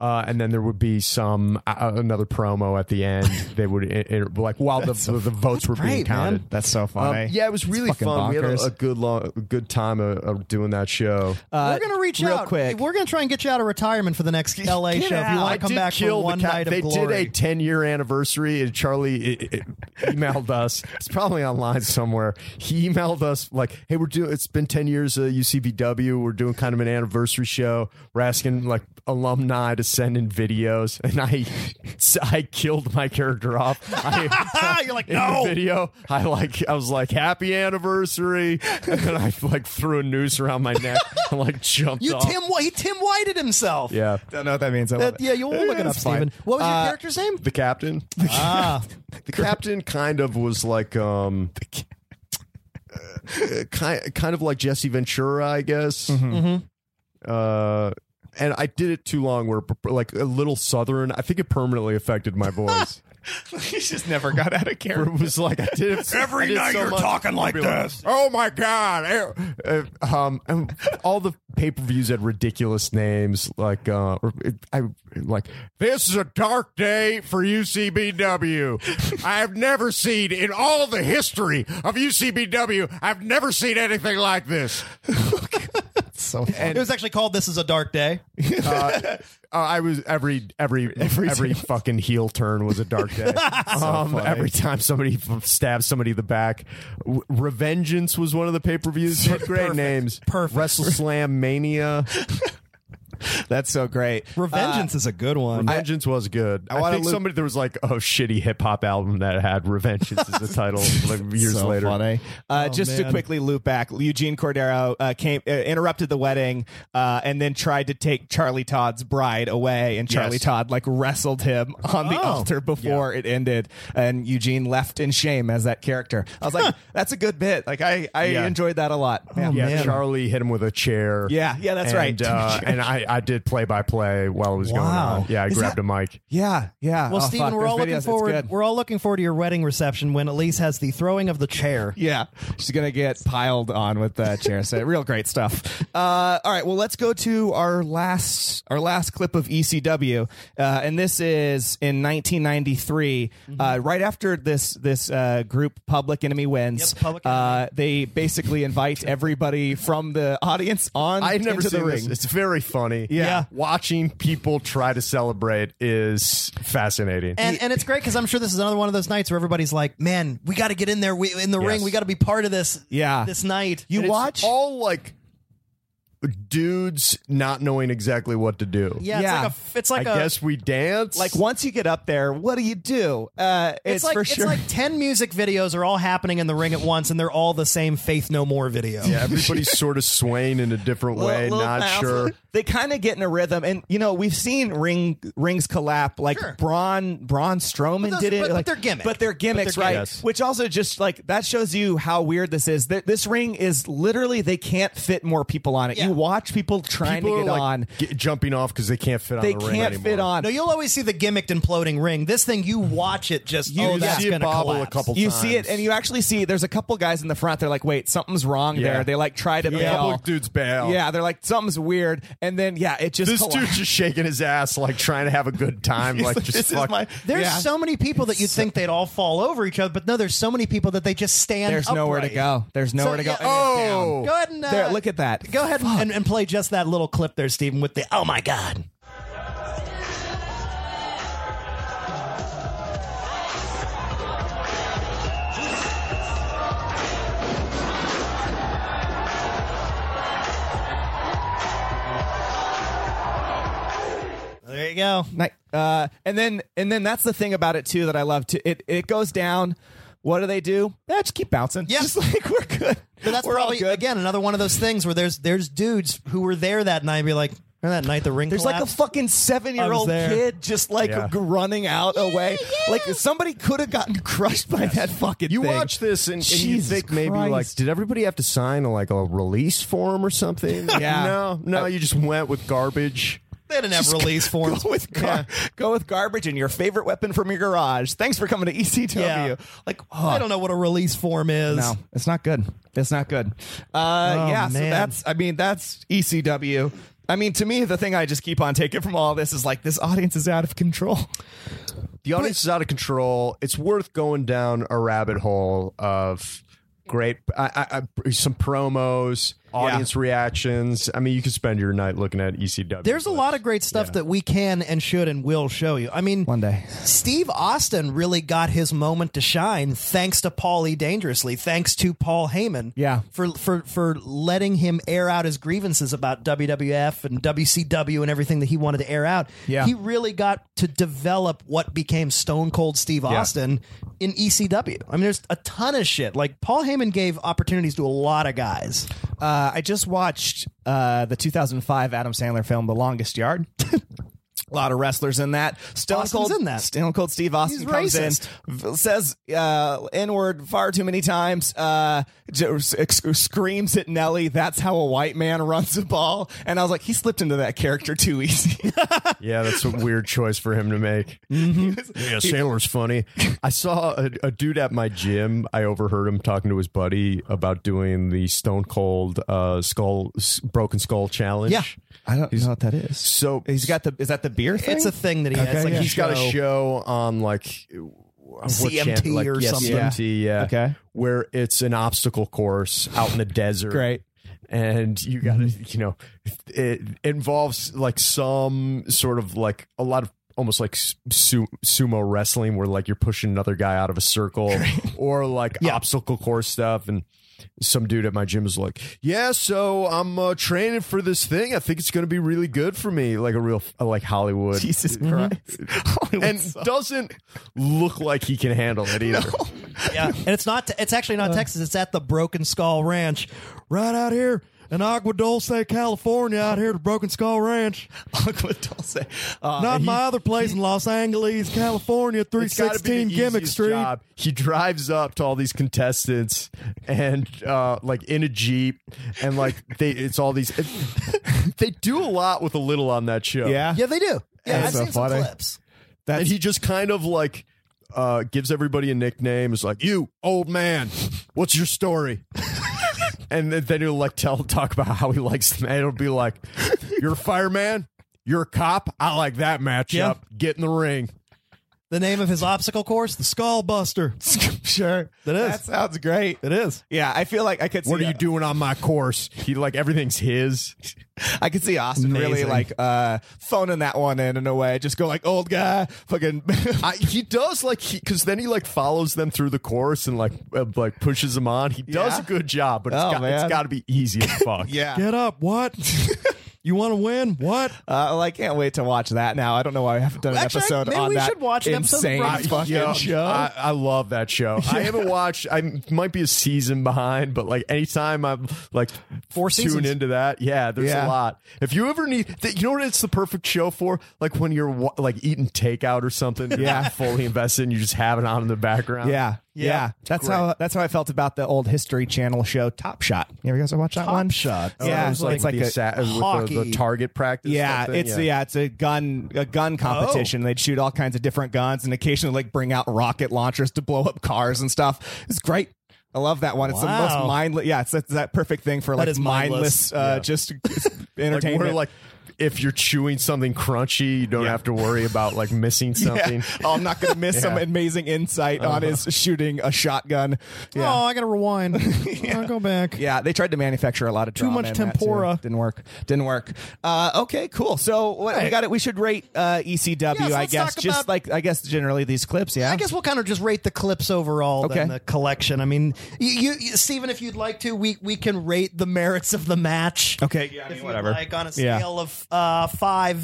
S8: uh, and then there would be some uh, another promo at
S4: *laughs*
S8: the end. They would in, in- like while the, the, the votes were being
S2: great, man.
S8: counted.
S4: That's so
S8: Um,
S4: funny.
S8: yeah, it was really
S4: fucking
S8: fun. We had
S4: bonkers.
S8: a, a good long, a good time of, of doing that show.
S4: Uh,
S2: we're gonna reach
S4: real
S2: out.
S4: quick.
S2: We're gonna try and get you out of retirement for the next LA show. If you
S4: out.
S2: want
S8: I
S2: to come
S8: did
S2: back
S8: kill
S2: for
S8: the
S2: one
S8: cat-
S2: night of
S8: They
S2: glory.
S8: did a 10 year anniversary, and Charlie i i emailed us. It's probably online somewhere. He emailed us, like, hey, we're doing, it's been 10 years uh, of UCBW. We're doing kind of an anniversary show. We're asking, like, alumni to send in videos. And I *laughs* I killed my character off.
S2: *laughs*
S8: I,
S2: You're like,
S8: in
S2: "No."
S8: The video, I, like, I was like, happy anniversary. And then I, like, threw a noose around my
S2: *laughs*
S8: neck and, like, jumped
S2: You
S8: off.
S2: Tim, Wh- he Tim Whited himself.
S8: yeah.
S4: don't know what oh,
S2: *laughs*
S4: that means. I *laughs* love
S2: That- yeah, you'll look it up,
S4: It's fine.
S2: Steven. What was your
S4: Uh,
S2: character's name?
S8: The captain.
S2: Ah,
S8: *laughs* The captain kind of was like *laughs* um uh, kind kind of like Jesse Ventura, I guess. Uh *laughs* and I did it too long where it per- like a little southern, I think it permanently affected my voice.
S4: he just never got out of character.
S8: It was like I did *laughs* it
S9: Every
S8: I did
S9: night
S8: so
S9: you're
S8: much.
S9: talking like
S8: I'd be
S9: this.
S8: oh my god! Eh, eh, um, and all the pay per views had ridiculous names, like uh, or, eh, I like this is a dark day for UCBW. I have never seen in all the history of UCBW, I've never seen anything like this.
S2: So it was actually called "This Is a Dark Day."
S8: Uh, I was every
S2: *laughs*
S8: every every, fucking heel turn was a dark day. um, every time somebody f- stabbed somebody in the back, w- Revengeance was one of the pay per views. Great names,
S2: Perfect.
S8: Wrestle Slam Mania.
S4: That's so great.
S2: Revengeance is a good one.
S8: Revengeance was good. I,
S4: wanna
S8: think
S4: look-
S8: somebody there was like a shitty hip hop album that had
S4: *laughs*
S8: Revengeance as the title like, years
S4: so
S8: later.
S4: funny. Uh, just
S2: Oh,
S4: to
S2: man.
S4: quickly loop back, Eugene Cordero uh, came uh, interrupted the wedding uh, and then tried to take Charlie Todd's bride away, and Charlie
S8: Yes.
S4: Todd like wrestled him on the
S2: Oh.
S4: altar before it ended, and Eugene left in shame as that character. I was like, that's a good bit. Like I I
S8: Yeah.
S4: enjoyed that a lot. Yeah.
S8: Yeah,
S2: man.
S8: Charlie hit him with a chair.
S4: Yeah, yeah, that's
S8: and,
S4: right. *laughs*
S2: *laughs*
S8: Uh, and I, I did play by play while it was going
S2: Wow.
S8: on. Yeah, I
S4: Is
S8: grabbed
S4: that-
S8: a mic.
S4: Yeah, yeah.
S2: well,
S4: Oh,
S2: Steven,
S4: fuck,
S2: we're
S4: there's
S2: all
S4: videos.
S2: looking
S4: It's
S2: forward.
S4: good.
S2: We're all looking forward to your wedding reception when Elise has the throwing of the chair.
S4: Yeah, she's gonna get piled on with that chair. So real great stuff. Uh, all right, well let's go to our last our last clip of ECW, uh, and this is in 1993, uh,
S2: Mm-hmm.
S4: right after this this uh, group Public Enemy wins.
S2: Yep, Public
S4: Uh, they basically invite everybody from the audience on
S8: I've never
S4: into
S8: seen
S4: the ring.
S8: this. It's very funny.
S2: Yeah.
S8: Watching people try to celebrate is fascinating.
S2: And, and it's great because I'm sure this is another one of those nights where everybody's like, "Man, we got to get in there we, in the
S8: Yes.
S2: ring. We got to be part of this.
S4: Yeah.
S2: this night.
S4: You
S2: And it's-
S4: watch.
S8: all like dudes not knowing exactly what to do.
S2: Yeah,
S4: Yeah.
S2: it's like a. It's like
S8: I
S2: a-
S8: guess we dance.
S4: like once you get up there, what do you do? Uh, it's,
S2: It's, like
S4: for sure.
S2: it's like ten music videos are all happening in the ring at once, and they're all the same Faith No More video.
S4: *laughs*
S8: Yeah, everybody's sort of swaying in a different
S4: Little-
S8: way,
S4: little
S8: not
S4: bounce.
S8: sure.
S4: They kind of get in a rhythm, and you know we've seen ring rings collapse. Like Braun Braun Strowman
S2: But those-
S4: did it.
S2: but- but
S4: like,
S2: they're gimmicks.
S4: but they're
S2: But they're
S4: gimmicks, right?
S8: gimmicks. Yes.
S4: Which also just like that shows you how weird this is. Th- this ring is literally they can't fit more people on it.
S2: Yeah.
S4: You watch people trying
S8: People
S4: to
S8: are
S4: get
S8: like
S4: on.
S8: g- jumping off because they can't fit on
S4: They
S8: the ring
S4: can't
S8: anymore.
S4: fit on.
S2: No, you'll always see the gimmicked imploding ring. This thing, you watch it just.
S4: You
S2: oh,
S4: see
S2: that's
S8: it
S2: gonna
S8: bobble a
S2: collapse.
S8: couple
S4: you see it,
S8: times.
S4: and you actually see there's a couple guys in the front. They're like, "Wait, something's wrong
S8: Yeah.
S4: there." They like try to
S8: Yeah.
S4: bail.
S8: Couple dudes bail.
S4: Yeah, they're like, "Something's weird," and then yeah, it just
S8: *laughs* This
S4: collapsed.
S8: dude's just shaking his ass, like trying to have a
S4: *laughs*
S8: good time. like, just
S4: this is
S8: fuck.
S4: my-
S2: There's
S4: Yeah.
S2: so many people that you'd think they'd all fall over each other, but no, there's so many people that they just stand.
S4: There's nowhere to
S2: upright.
S4: go. There's nowhere to go.
S2: yeah.
S4: And it's down.
S8: Oh.
S2: Go ahead and uh,
S4: There, look at that.
S2: Go ahead and, and play just that little clip there, Stephen, with the oh my god. There you go.
S4: Ni- Uh, and then and then that's the thing about it too that I love too. It it goes down. What do they do? Eh, just keep bouncing.
S2: Yeah.
S4: Just *laughs* like we're good.
S2: But that's
S4: we're
S2: probably
S4: all good.
S2: again another one of those things where there's there's dudes who were there that night and be like, remember that night the ring
S4: There's like a
S2: collapsed?
S4: fucking seven year old
S2: I was there.
S4: kid just like
S8: Yeah.
S4: g- running out away. Like somebody could have gotten crushed by that fucking
S8: You
S4: thing.
S8: watch this and, and you
S4: Jesus
S8: think maybe like,
S4: Christ.
S8: did everybody have to sign a, like a release form or something?
S4: *laughs* Yeah.
S8: No, no, you just went with garbage.
S2: they didn't have release forms.
S4: Go with, gar- go with garbage and your favorite weapon from your garage. Thanks for coming to ECW.
S2: Yeah.
S4: Like, oh,
S2: I don't know what a release form is.
S4: No, it's not good. It's not good. Uh,
S8: Oh,
S4: yeah, so
S2: man.
S4: that's. I mean, that's ECW. I mean, to me, the thing I just keep on taking from all this is like this *laughs* audience is out of control.
S8: The audience is out of control. It's worth going down a rabbit hole of great, I, I, I, some promos, audience reactions. I mean, you could spend your night looking at E ECW.
S2: There's a
S8: but-
S2: lot of great stuff that we can and should and will show you. I mean,
S4: One day.
S2: Steve Austin really got his moment to shine thanks to Paulie Dangerously, thanks to Paul Heyman,
S4: Yeah.
S2: for for for letting him air out his grievances about WWF and WCW and everything that he wanted to air out.
S4: Yeah.
S2: he really got to develop what became Stone Cold Steve Austin in ECW. I mean, there's a ton of shit. Like Paul Heyman gave opportunities to a lot of guys.
S4: Uh, I just watched uh, the 2005 Adam Sandler film, The Longest Yard. *laughs* A lot of wrestlers in that. Stone
S2: Austin's
S4: Cold
S2: in that.
S4: Stone Cold Steve Austin
S2: He's
S4: comes
S2: racist.
S4: in, v- says uh, N word far too many times. Uh, j- ex- screams at Nelly. That's how a white man runs a ball. And I was like, he slipped into that character *laughs* too easy.
S8: Yeah, that's a weird choice for him to make.
S2: Mm-hmm.
S8: *laughs* Yeah, Sandler's funny. I saw a, a dude at my gym. I overheard him talking to his buddy about doing the Stone Cold uh, skull s- broken skull challenge.
S4: I don't know what that is.
S8: So
S4: He's got the is that the beer thing?
S2: It's a thing that he has. Like
S8: like
S2: he
S8: he's got a show on like what
S2: CMT
S8: like,
S2: or
S8: yeah,
S2: something.
S8: CMT, yeah.
S4: Okay.
S8: Where it's an obstacle course out in the desert.
S4: Great.
S8: And you got to, you know, it involves like some sort of like a lot of almost like su- sumo wrestling where like you're pushing another guy out of a circle or like obstacle course stuff and some dude at my gym is like, "Yeah, so I'm uh, training for this thing. I think it's going to be really good for me." Like a real uh, like Hollywood
S4: Jesus Christ.
S8: and doesn't look like he can handle it either.
S2: yeah. And it's not. It's actually
S4: Uh.
S2: not Texas. It's at the Broken Skull Ranch, right out here in Agua Dulce, California. Out here at the Broken Skull
S4: *laughs*
S2: Ranch.
S4: Aqua Dulce. Uh,
S2: Not my other place in Los Angeles, California, three
S8: It's gotta be the
S2: sixteen Gimmick
S8: easiest
S2: Street.
S8: job. He drives up to all these contestants and uh, like in a jeep, and like they it's all these. *laughs* they do a lot with a little on that show.
S4: Yeah.
S2: Yeah, they do. Yeah,
S4: That's
S2: I've
S4: so
S2: seen some
S4: funny.
S2: clips.
S8: and he just kind of like. Uh, gives everybody a nickname. Is like, you old man, what's your story? *laughs* and then, then he'll like tell talk about how he likes the man. It'll be like, you're a fireman, you're a cop. I like that matchup.
S2: Yeah.
S8: Get in the ring.
S2: The name of his obstacle course, the Skull *laughs* Buster.
S4: sure.
S2: That is.
S4: That sounds great.
S2: It is.
S4: Yeah, I feel like I could. See
S8: What are you doing on my course? He like everything's his.
S4: *laughs* I could see Austin really
S8: Amazing.
S4: like uh phoning that one in in a way. Just go like old guy, fucking. *laughs*
S8: I, he does like he because then he like follows them through the course and like uh, like pushes them on. He does
S4: Yeah.
S8: a good job, but it's
S4: Oh,
S8: got, it's
S4: man.
S8: got to be easy as fuck.
S4: *laughs* yeah.
S2: Get up.
S4: *laughs*
S2: What? you want to win? What?
S4: Uh, well, I can't wait to watch that now. I don't know why I haven't done an
S2: Actually,
S4: episode
S2: maybe
S4: on
S2: we
S4: that.
S2: should watch an episode
S4: insane
S2: of Rocky
S4: fucking Uh,
S8: Yeah,
S4: show.
S8: I, I love that show. I haven't watched. I might be a season behind, but like anytime I'm like
S2: Four
S8: tune
S2: seasons.
S8: into that, yeah, there's
S4: Yeah.
S8: a lot. If you ever need, th- you know what? It's the perfect show for like when you're wa- like eating takeout or something. You're
S4: Yeah.
S8: not fully invested. and You just have it on in the background.
S4: yeah, yeah, That's how that's how I felt about the old History Channel show Top Shot. You ever guys watch that
S2: Top
S4: one?
S2: Shot. Oh,
S4: Yeah,
S2: that
S4: it's
S2: was
S4: like,
S2: like
S4: it's like
S8: the
S4: a
S8: assa- with the,
S2: hockey.
S8: the target practice.
S4: Yeah,
S8: stuff thing?
S4: it's yeah. it's a uh, gun a gun competition. They'd shoot all kinds of different guns and occasionally like bring out rocket launchers to blow up cars and stuff. It's great. I love that one. It's the
S2: Wow.
S4: most mindless. Yeah, it's, it's that perfect thing for like
S2: is mindless.
S4: mindless, uh, just
S8: like
S4: entertainment.
S8: more like if you're chewing something crunchy, you don't have to worry about like missing something.
S4: *laughs* Yeah. Oh, I'm not going to miss some amazing insight on his shooting a shotgun. Yeah.
S2: Oh, I gotta
S4: *laughs*
S2: rewind. I'll go back.
S4: Yeah, they tried to manufacture a lot of too
S2: much tempura.
S4: Didn't work. Didn't work. Uh, okay, cool. So what, we got it. We should rate uh, ECW.
S2: Yes,
S4: I
S2: let's
S4: guess
S2: talk
S4: just
S2: about-
S4: like I guess generally these clips. Yeah,
S2: I guess we'll kind of just rate the clips overall
S4: Okay.
S2: than the collection. I mean, you, you, you Steven, if you'd like to, we we can rate the merits of the match.
S4: Okay, yeah, I mean,
S2: If you'd
S4: whatever.
S2: Like on a
S4: Yeah.
S2: scale of uh, five,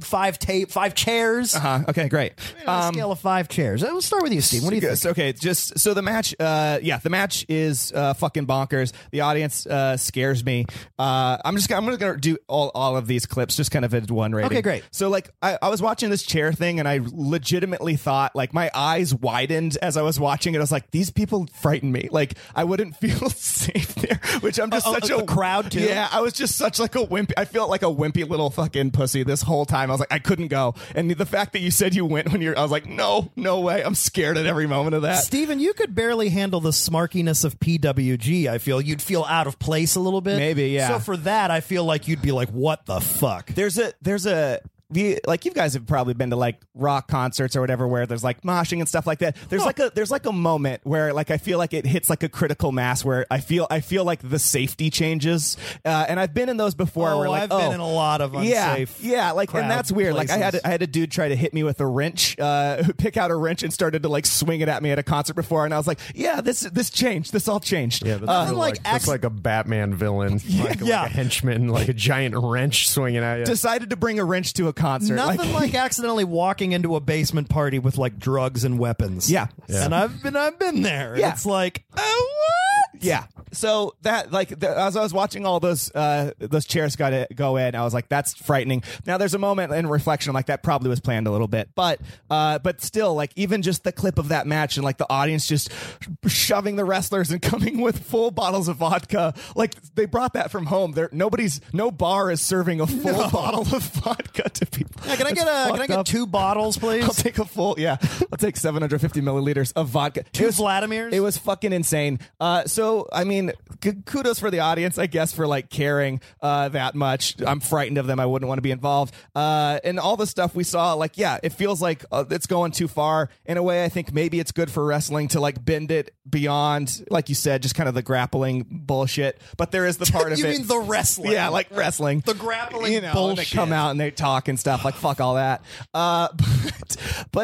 S2: five tape, five chairs.
S4: Uh, okay, great.
S2: On a
S4: Um,
S2: scale of five chairs. Uh, We'll start with you, Steve. What do you think?
S4: So, okay, just so the match, uh, yeah, the match is uh, fucking bonkers. The audience uh, scares me. Uh, I'm just gonna- I'm gonna do all, all of these clips just kind of at one rating.
S2: Okay, great.
S4: So like I, I was watching this chair thing and I legitimately thought like my eyes widened as I was watching it. I was like, these people frighten me. Like I wouldn't *laughs* feel safe there. Which I'm just
S2: Uh, uh,
S4: such
S2: the
S4: a
S2: crowd, too?
S4: Yeah, I was just such like a wimpy. I felt like a wimpy little fucking pussy this whole time. I was like, I couldn't go. And the fact that you said you went when you're, I was like, no, no way. I'm scared at every moment of that.
S2: Steven, you could barely handle the smarkiness of PWG, I feel. You'd feel out of place a little bit.
S4: Maybe, yeah.
S2: So for that, I feel like you'd be like, what the fuck?
S4: There's a, there's a. the- Like you guys have probably been to like rock concerts or whatever, where there's like moshing and stuff like that. There's like a there's like a moment where like I feel like it hits like a critical mass where I feel I feel like the safety changes, uh, and I've been in those before.
S2: Oh,
S4: where like
S2: I've been
S4: oh,
S2: in a lot of unsafe
S4: Yeah, yeah like
S2: crowd
S4: and that's weird. Like I had
S2: places.
S4: I had a dude try to hit me with a wrench, uh, *laughs* pick out a wrench and started to like swing it at me at a concert before, and I was like, yeah, this this changed, this all changed.
S8: Yeah, that's,
S2: Uh,
S8: real,
S2: like
S8: like, that's
S2: acc-
S8: like a Batman villain, like,
S2: yeah.
S8: like a henchman, like a giant wrench swinging at you.
S4: Decided to bring a wrench to a concert.
S2: Nothing
S4: *laughs*
S2: like, accidentally walking into a basement party with like drugs and weapons.
S4: Yeah. Yeah.
S2: And I've been I've been there. And
S4: Yeah.
S2: It's like, oh what?
S4: Yeah. So that like the, as I was watching all those uh those chairs got to go in, I was like, that's frightening. Now there's a moment in reflection like that probably was planned a little bit, but uh but still like even just the clip of that match and like the audience just shoving the wrestlers and *laughs* coming with full bottles of vodka, like they brought that from home. There nobody's no bar is serving a full bottle of vodka to people.
S2: Yeah, can I
S4: It's
S2: get a can I
S4: fucked
S2: get
S4: up.
S2: two bottles,
S4: I'll
S2: please?
S4: take a full, yeah. I'll take 750 milliliters of vodka. Two
S2: Vladimirs?
S4: It was fucking insane. Uh, so, I mean, k- kudos for the audience, I guess, for like caring uh, that much. I'm frightened of them. I wouldn't want to be involved. Uh, and all the stuff we saw, like, yeah, it feels like uh, it's going too far. In a way, I think maybe it's good for wrestling to like bend it beyond, like you said, just kind of the grappling bullshit. But there is the part
S2: *laughs*
S4: of
S2: You
S4: it.
S2: mean the wrestling?
S4: Yeah, like wrestling.
S2: The grappling
S4: you know, And they
S2: bullshit.
S4: come out and they talk and stuff. Like fuck all that. Uh, *laughs* but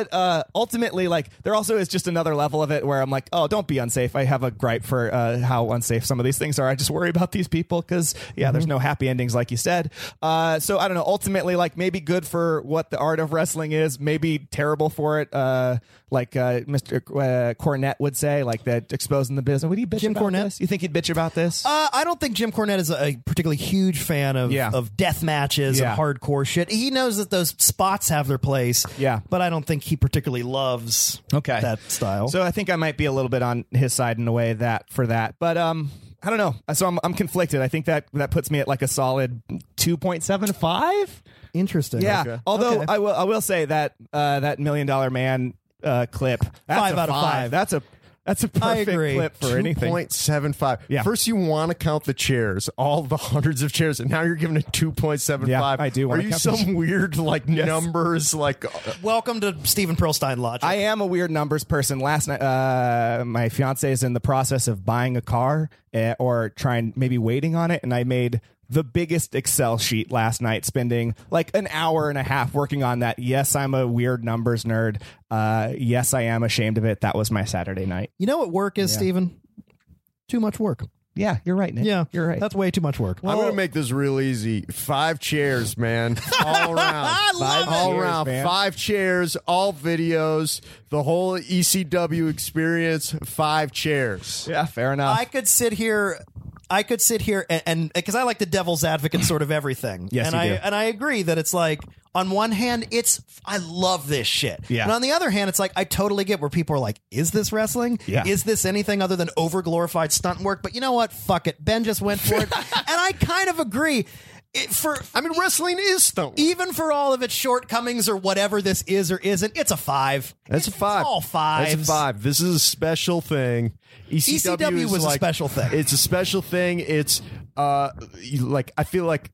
S4: but uh, ultimately, like there also is just another level of it where I'm like, oh, don't be unsafe. I have a gripe for uh, how unsafe some of these things are. I just worry about these people because yeah,
S2: Mm-hmm.
S4: there's no happy endings, like you said. Uh, so I don't know. Ultimately, like maybe good for what the art of wrestling is. Maybe terrible for it. Uh, like uh, Mr. Uh, Cornette would say, like that exposing the business. Would he bitch
S2: Jim
S4: about
S2: Cornette?
S4: this? You think he'd bitch about this?
S2: *laughs* Uh, I don't think Jim Cornette is a, a particularly huge fan of,
S4: Yeah.
S2: of death matches
S4: Yeah.
S2: and hardcore shit. He knows that those spots have their place.
S4: Yeah.
S2: But I don't think he particularly loves
S4: Okay.
S2: that style.
S4: So I think I might be a little bit on his side in a way that for that. But um I don't know. So I'm I'm conflicted. I think that that puts me at like a solid 2.75.
S2: Interesting.
S4: Yeah.
S2: Okay.
S4: Although
S2: Okay.
S4: I will I will say that uh that million dollar man uh clip. That's
S2: Five
S4: a
S2: out of five.
S4: That's a that's a perfect
S2: agree.
S4: clip for anything.
S8: 2.75.
S4: Yeah.
S8: First, you want to count the chairs, all the *laughs* hundreds of chairs, and now you're giving it 2.75.
S4: Yeah, I do
S8: Are
S4: wanna
S8: you
S4: count the
S8: some weird, like, numbers? Like, uh,
S2: welcome to Steven Pearlstein Logic.
S4: I am a weird numbers person. Last night, uh, my fiance is in the process of buying a car uh, or trying, maybe waiting on it, and I made the biggest Excel sheet last night, spending like an hour and a half working on that. Yes, I'm a weird numbers nerd. Uh, yes, I am ashamed of it. That was my Saturday night.
S2: you know what work is, Steven? Too much work.
S4: Yeah, you're right. Nick.
S2: Yeah.
S4: you're right.
S2: That's way too much work.
S8: I'm going to make this real easy. Five chairs, man. *laughs* All around.
S2: I love
S8: Five- all
S4: it.
S8: around.
S4: Chairs, man.
S8: Five chairs, all videos, the whole ECW experience, five chairs.
S4: yeah, fair enough.
S2: I could sit here. I could sit here and because I like the devil's advocate sort of
S8: *clears throat*
S2: everything.
S4: Yes,
S2: and
S4: you
S2: I
S4: do.
S2: and I agree that it's like on one hand it's I love this shit.
S4: Yeah.
S2: And on the other hand, it's like I totally get where people are like, is this wrestling?
S4: Yeah.
S2: Is this anything other than over glorified stunt work? But you know what? Fuck it. Ben just went for it, and
S8: *laughs*
S2: I kind of agree. It, for
S8: I mean, wrestling is stunt. work.
S2: even for all of its shortcomings or whatever this is or isn't, it's a five.
S8: That's a
S2: It's
S8: five.
S2: all fives.
S8: That's a five. This is a special thing. ECW,
S2: ECW
S8: is
S2: was a
S8: like-
S2: special thing.
S8: It's a special thing. It's uh you- like I feel like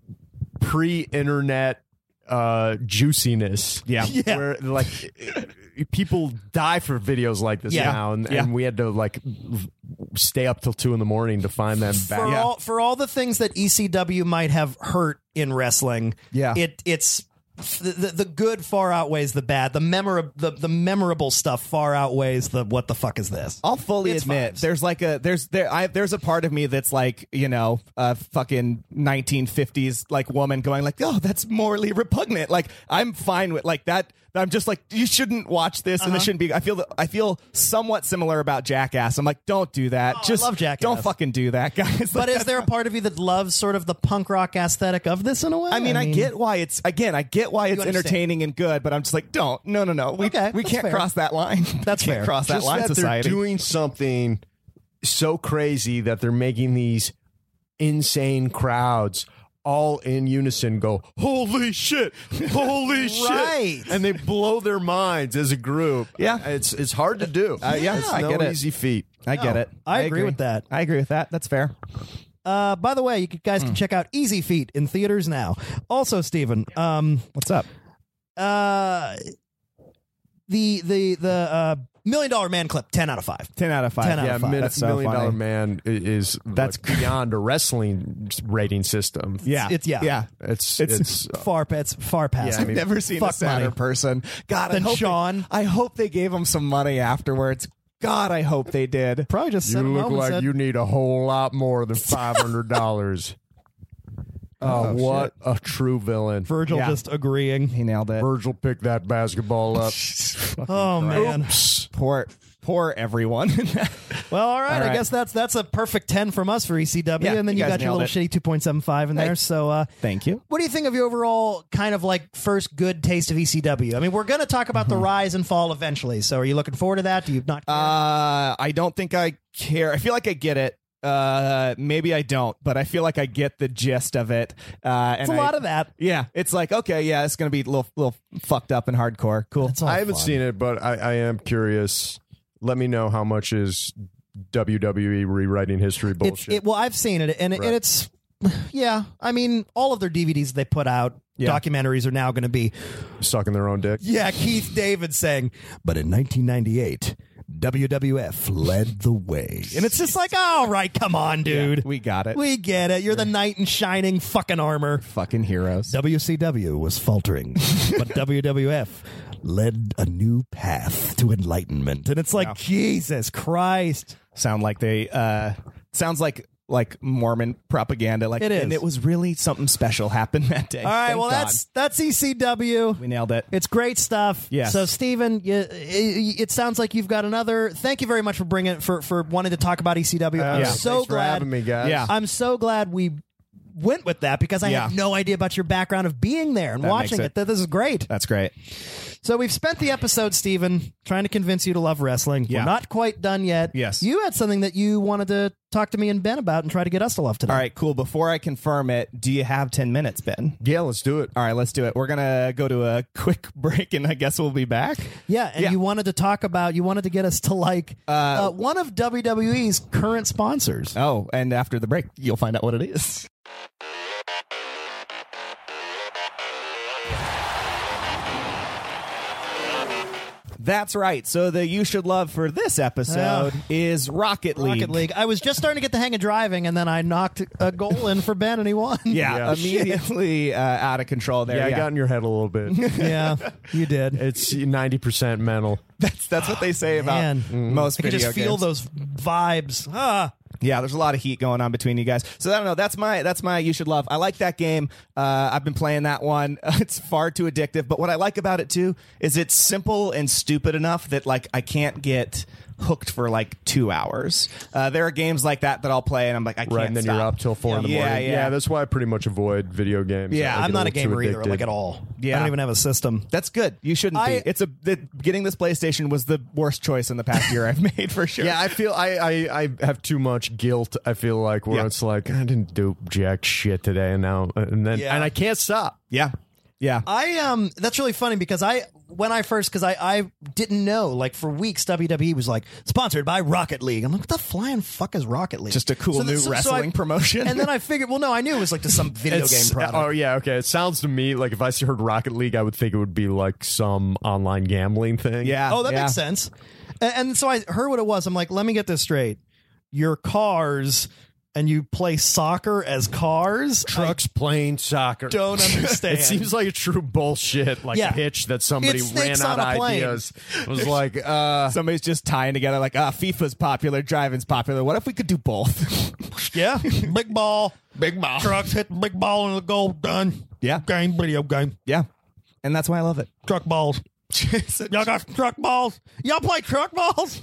S8: pre-internet uh juiciness. *laughs*
S4: Yeah.
S2: Yeah.
S8: Where like people die for videos like this
S2: Yeah.
S8: now and,
S4: Yeah.
S8: and we had to like stay up till two in the morning to find them back.
S2: for all for all the things that ECW might have hurt in wrestling.
S4: Yeah.
S2: it it's the, the, the good far outweighs the bad. The memorable the, the memorable stuff far outweighs the what the fuck is this?
S4: I'll fully
S2: It's
S4: admit
S2: vibes.
S4: there's like a there's there I there's a part of me that's like you know a fucking 1950s like woman going like oh that's morally repugnant like I'm fine with like that I'm just like you shouldn't watch this
S2: Uh-huh.
S4: and it shouldn't be I feel I feel somewhat similar about Jackass I'm like don't do that
S2: Oh, I
S4: just
S2: love Jackass.
S4: don't fucking do that *laughs* guys
S2: But
S4: Like,
S2: is there a part of you that loves sort of the punk rock aesthetic of this in a way?
S4: I mean, I get why it's again. I get why it's
S2: understand.
S4: entertaining and good, but I'm just like, don't. No, no, no. We,
S2: Okay,
S4: we
S2: that's
S4: can't
S2: fair.
S4: cross that line. *laughs*
S2: That's
S4: we can't
S2: fair.
S4: Cross that
S8: Just
S4: line,
S8: that
S4: society.
S8: They're doing something so crazy that they're making these insane crowds all in unison go, holy shit,
S4: *laughs*
S8: holy
S2: Right.
S8: shit. And they blow their minds as a group.
S4: Yeah.
S8: It's it's hard to do.
S4: Uh, yeah,
S8: it's
S4: I
S8: no
S4: get it.
S8: easy feat.
S4: I get
S2: No,
S4: it.
S2: I agree with that.
S4: I agree with that. That's fair.
S2: Uh, by the way, you guys
S4: Hmm.
S2: can check out Easy Feet in theaters now. Also, Steven, um,
S4: What's up?
S2: uh, the the the uh, million dollar man clip, ten out of five.
S4: 10 out of 5.
S2: 10 out
S4: yeah,
S2: of
S8: A
S2: five.
S8: min-
S4: That's so
S8: million
S4: funny.
S8: dollar man i- is
S4: That's
S8: that's beyond a wrestling rating system.
S4: Yeah.
S2: It's- yeah.
S4: Yeah.
S8: It's
S4: It's-
S8: it's,
S2: Far pets, far past.
S8: Yeah, I mean,
S4: Never seen a
S2: Fuck
S4: sadder
S2: money.
S4: person. God,
S2: Than
S4: I hope
S2: Sean.
S4: They, I hope they gave him some money afterwards. God, I hope they did.
S2: Probably just
S8: you
S2: sent him
S8: look
S2: home and
S8: like
S2: said,
S8: you need a whole lot more
S4: *laughs*
S8: than five hundred dollars. oh, what a true villain!
S2: Virgil
S4: Yeah.
S2: just agreeing.
S4: He nailed
S2: *laughs*
S4: it.
S8: Virgil picked that basketball up.
S2: Oh man.
S8: Oops.
S4: Poor, poor everyone. *laughs*
S2: Well, all right.
S4: All
S2: I
S4: right.
S2: guess that's that's a perfect ten from us for ECW,
S4: Yeah,
S2: and then you,
S4: you guys
S2: got your
S4: nailed
S2: little
S4: it.
S2: shitty two point seven five in there. So uh,
S4: Thank you.
S2: What do you think of your overall kind of like first good taste of ECW? I mean, we're going to talk about the rise and fall eventually. So are you looking forward to that? Do you not? care?
S4: Uh, I don't think I care. I feel like I get it. Uh, maybe I don't, but I feel like I get the gist of it. Uh,
S2: it's
S4: and
S2: a
S4: I-
S2: lot of that.
S4: Yeah, it's like okay, yeah, it's gonna be a little, little fucked up and hardcore. Cool.
S2: It's all
S8: I haven't
S2: fun.
S8: seen it, but I, I am curious. Let me know how much is WWE rewriting history
S2: It's,
S8: bullshit.
S2: it, well, I've seen it, and, it
S8: Right.
S2: and it's *sighs* yeah. I mean, all of their DVDs they put out, documentaries are now going to be
S8: sucking their own dick.
S2: Yeah, Keith David saying, but in 1998, WWF led the way. And it's just like, all right, come on, dude.
S4: we got it.
S2: We get it. You're the knight in shining fucking armor.
S4: Fucking heroes.
S2: WCW was
S8: *laughs*
S2: faltering, but WWF led a new path to enlightenment. And it's like, Jesus Christ.
S4: Sound like they. Uh, sounds like like Mormon propaganda. Like
S2: It is.
S4: And it was really something special happened that day.
S2: All right,
S4: Thank
S2: well,
S4: God.
S2: that's that's ECW.
S4: we nailed it.
S2: It's great stuff.
S4: Yes.
S2: So, Steven, you, it, it sounds like you've got another. Thank you very much for bringing for for wanting to talk about ECW. I'm
S8: Uh, Yeah.
S2: so
S8: Thanks for
S2: glad.
S8: having me, guys.
S4: Yeah.
S2: I'm so glad we went with that because I
S4: Ah. Yeah.
S2: had no idea about your background of being there and
S4: That
S2: watching
S4: makes
S2: it.
S4: it-
S2: Th- This is great.
S4: That's great.
S2: So we've spent the episode, Steven, trying to convince you to love wrestling.
S4: Yeah.
S2: We're not quite done yet.
S4: Yes.
S2: You had something that you wanted to talk to me and Ben about and try to get us to love today.
S4: All right, cool. Before I confirm it, do you have ten minutes, Ben?
S8: Yeah, let's do it.
S4: All right, let's do it. We're gonna go to a *laughs* quick break, and I guess we'll be back.
S2: Yeah, and
S4: Yeah.
S2: you wanted to talk about you wanted to get us to like uh, one of WWE's current sponsors.
S4: Oh, and after the break, you'll find out what it is. That's right. So the you should love for this episode
S2: Yeah.
S4: is Rocket League.
S2: Rocket League. I was just starting to get the hang of driving, and then I knocked a goal in for Ben, and he won.
S4: Yeah,
S8: Yeah.
S4: Uh, immediately uh, out of control there.
S8: Yeah, I got in your head a little bit.
S2: *laughs* *laughs* yeah, you did.
S8: it's ninety percent mental.
S4: that's that's what they say about
S2: Man.
S4: most
S2: I could
S4: uh, Mm-hmm. video
S2: just feel
S4: games.
S2: those vibes. Ah,
S4: Yeah, there's a lot of heat going on between you guys. So I don't know. That's my that's my you should love. I like that game. Uh, I've been playing that one. *laughs* It's far too addictive. But what I like about it too is it's simple and stupid enough that like I can't get hooked for like two hours. Uh, there are games like that that I'll play and I'm like I can't.
S8: Right, and then
S4: stop.
S8: you're up till four in the
S4: Yeah,
S8: morning.
S4: yeah.
S8: that's why I pretty much avoid video games.
S4: Yeah,
S8: I get
S2: I'm not a
S8: little too
S2: gamer either,
S8: addicted.
S2: like at all.
S4: Yeah.
S2: I don't even have a system.
S4: That's good. You shouldn't
S2: I-
S4: be. It's a that getting this PlayStation was the worst choice in the past year I've *laughs* made for sure.
S8: Yeah, I feel I, I I have too much guilt. I feel like where
S4: Yeah.
S8: it's like I didn't do jack shit today, and now and then
S2: Yeah.
S8: and I can't stop.
S4: yeah, yeah.
S2: I um that's really funny because I when I first because I I didn't know like for weeks WWE was like sponsored by Rocket League. I'm like what the flying fuck is Rocket League?
S4: Just a cool
S2: th-
S4: new wrestling promotion.
S2: And then I figured, well, no, I knew it was like to
S8: *laughs*
S2: some video game
S8: It's-
S2: product.
S8: Oh yeah, okay. It sounds to me like if I heard Rocket League, I would think it would be like some online gambling thing.
S4: Yeah.
S2: Oh, that makes sense. And, and so I heard what it was. I'm like, let me get this straight. Your cars and you play soccer as cars.
S8: Trucks playing soccer. *laughs*
S2: don't understand.
S8: It seems like a true bullshit like
S2: Yeah.
S8: pitch that somebody
S2: It's snakes
S8: ran out
S2: on a
S8: of
S2: plane.
S8: ideas.
S2: *laughs*
S8: It *laughs* was like, uh
S4: Somebody's just tying together like, ah, FIFA's popular, driving's popular. What if we could do both?
S2: yeah, big ball, big ball. Trucks hit the big ball in the goal. Done.
S4: Yeah.
S2: game video game.
S4: *laughs* Yeah. And that's why I love it.
S2: truck balls. Y'all got some truck balls. Y'all play truck balls.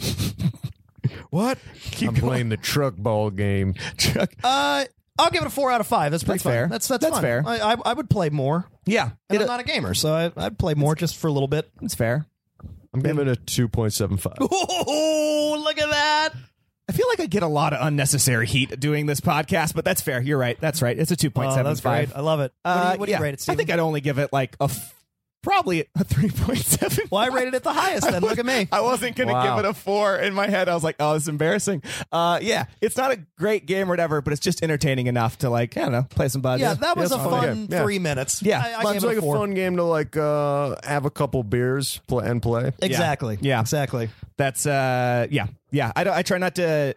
S8: what? I'm playing the truck ball game.
S4: Chuck.
S2: *laughs* Uh, I'll give it a four out of five. That's pretty
S4: That's
S2: fun.
S4: fair.
S2: That's that's,
S4: That's
S2: fun.
S4: fair.
S2: I, I I would play more.
S4: yeah.
S2: And
S4: It,
S2: I'm not a gamer, so I, I'd play more just for a little bit.
S4: it's fair.
S8: I'm giving it a 2.75.
S2: Oh, look at that!
S4: I feel like I get a lot of unnecessary heat doing this podcast, but that's fair. You're right. That's right. It's a 2.75.
S2: Oh, that's Oh, great. I love it. what do
S4: Uh,
S2: you, what do you
S4: yeah.
S2: rate it?
S4: I think I'd only give it like a f- probably a 3.7.
S2: well, I rated it the highest. Then look at me.
S4: *laughs* I wasn't going to
S8: Wow.
S4: give it a four in my head. I was like, oh, it's embarrassing. Uh, yeah, it's not a great game or whatever, but it's just entertaining enough to like, I don't know, play some buddies.
S2: Yeah, that was a
S4: It's
S2: fun
S8: game. Yeah.
S2: three minutes.
S4: Yeah.
S2: I, I gave
S8: Sounds
S2: it
S8: like
S2: a
S8: a
S2: four.
S8: fun game to like uh have a couple beers play, and play.
S2: Exactly.
S4: Yeah.
S2: Exactly.
S4: That's uh, yeah, yeah. I don't. I try not to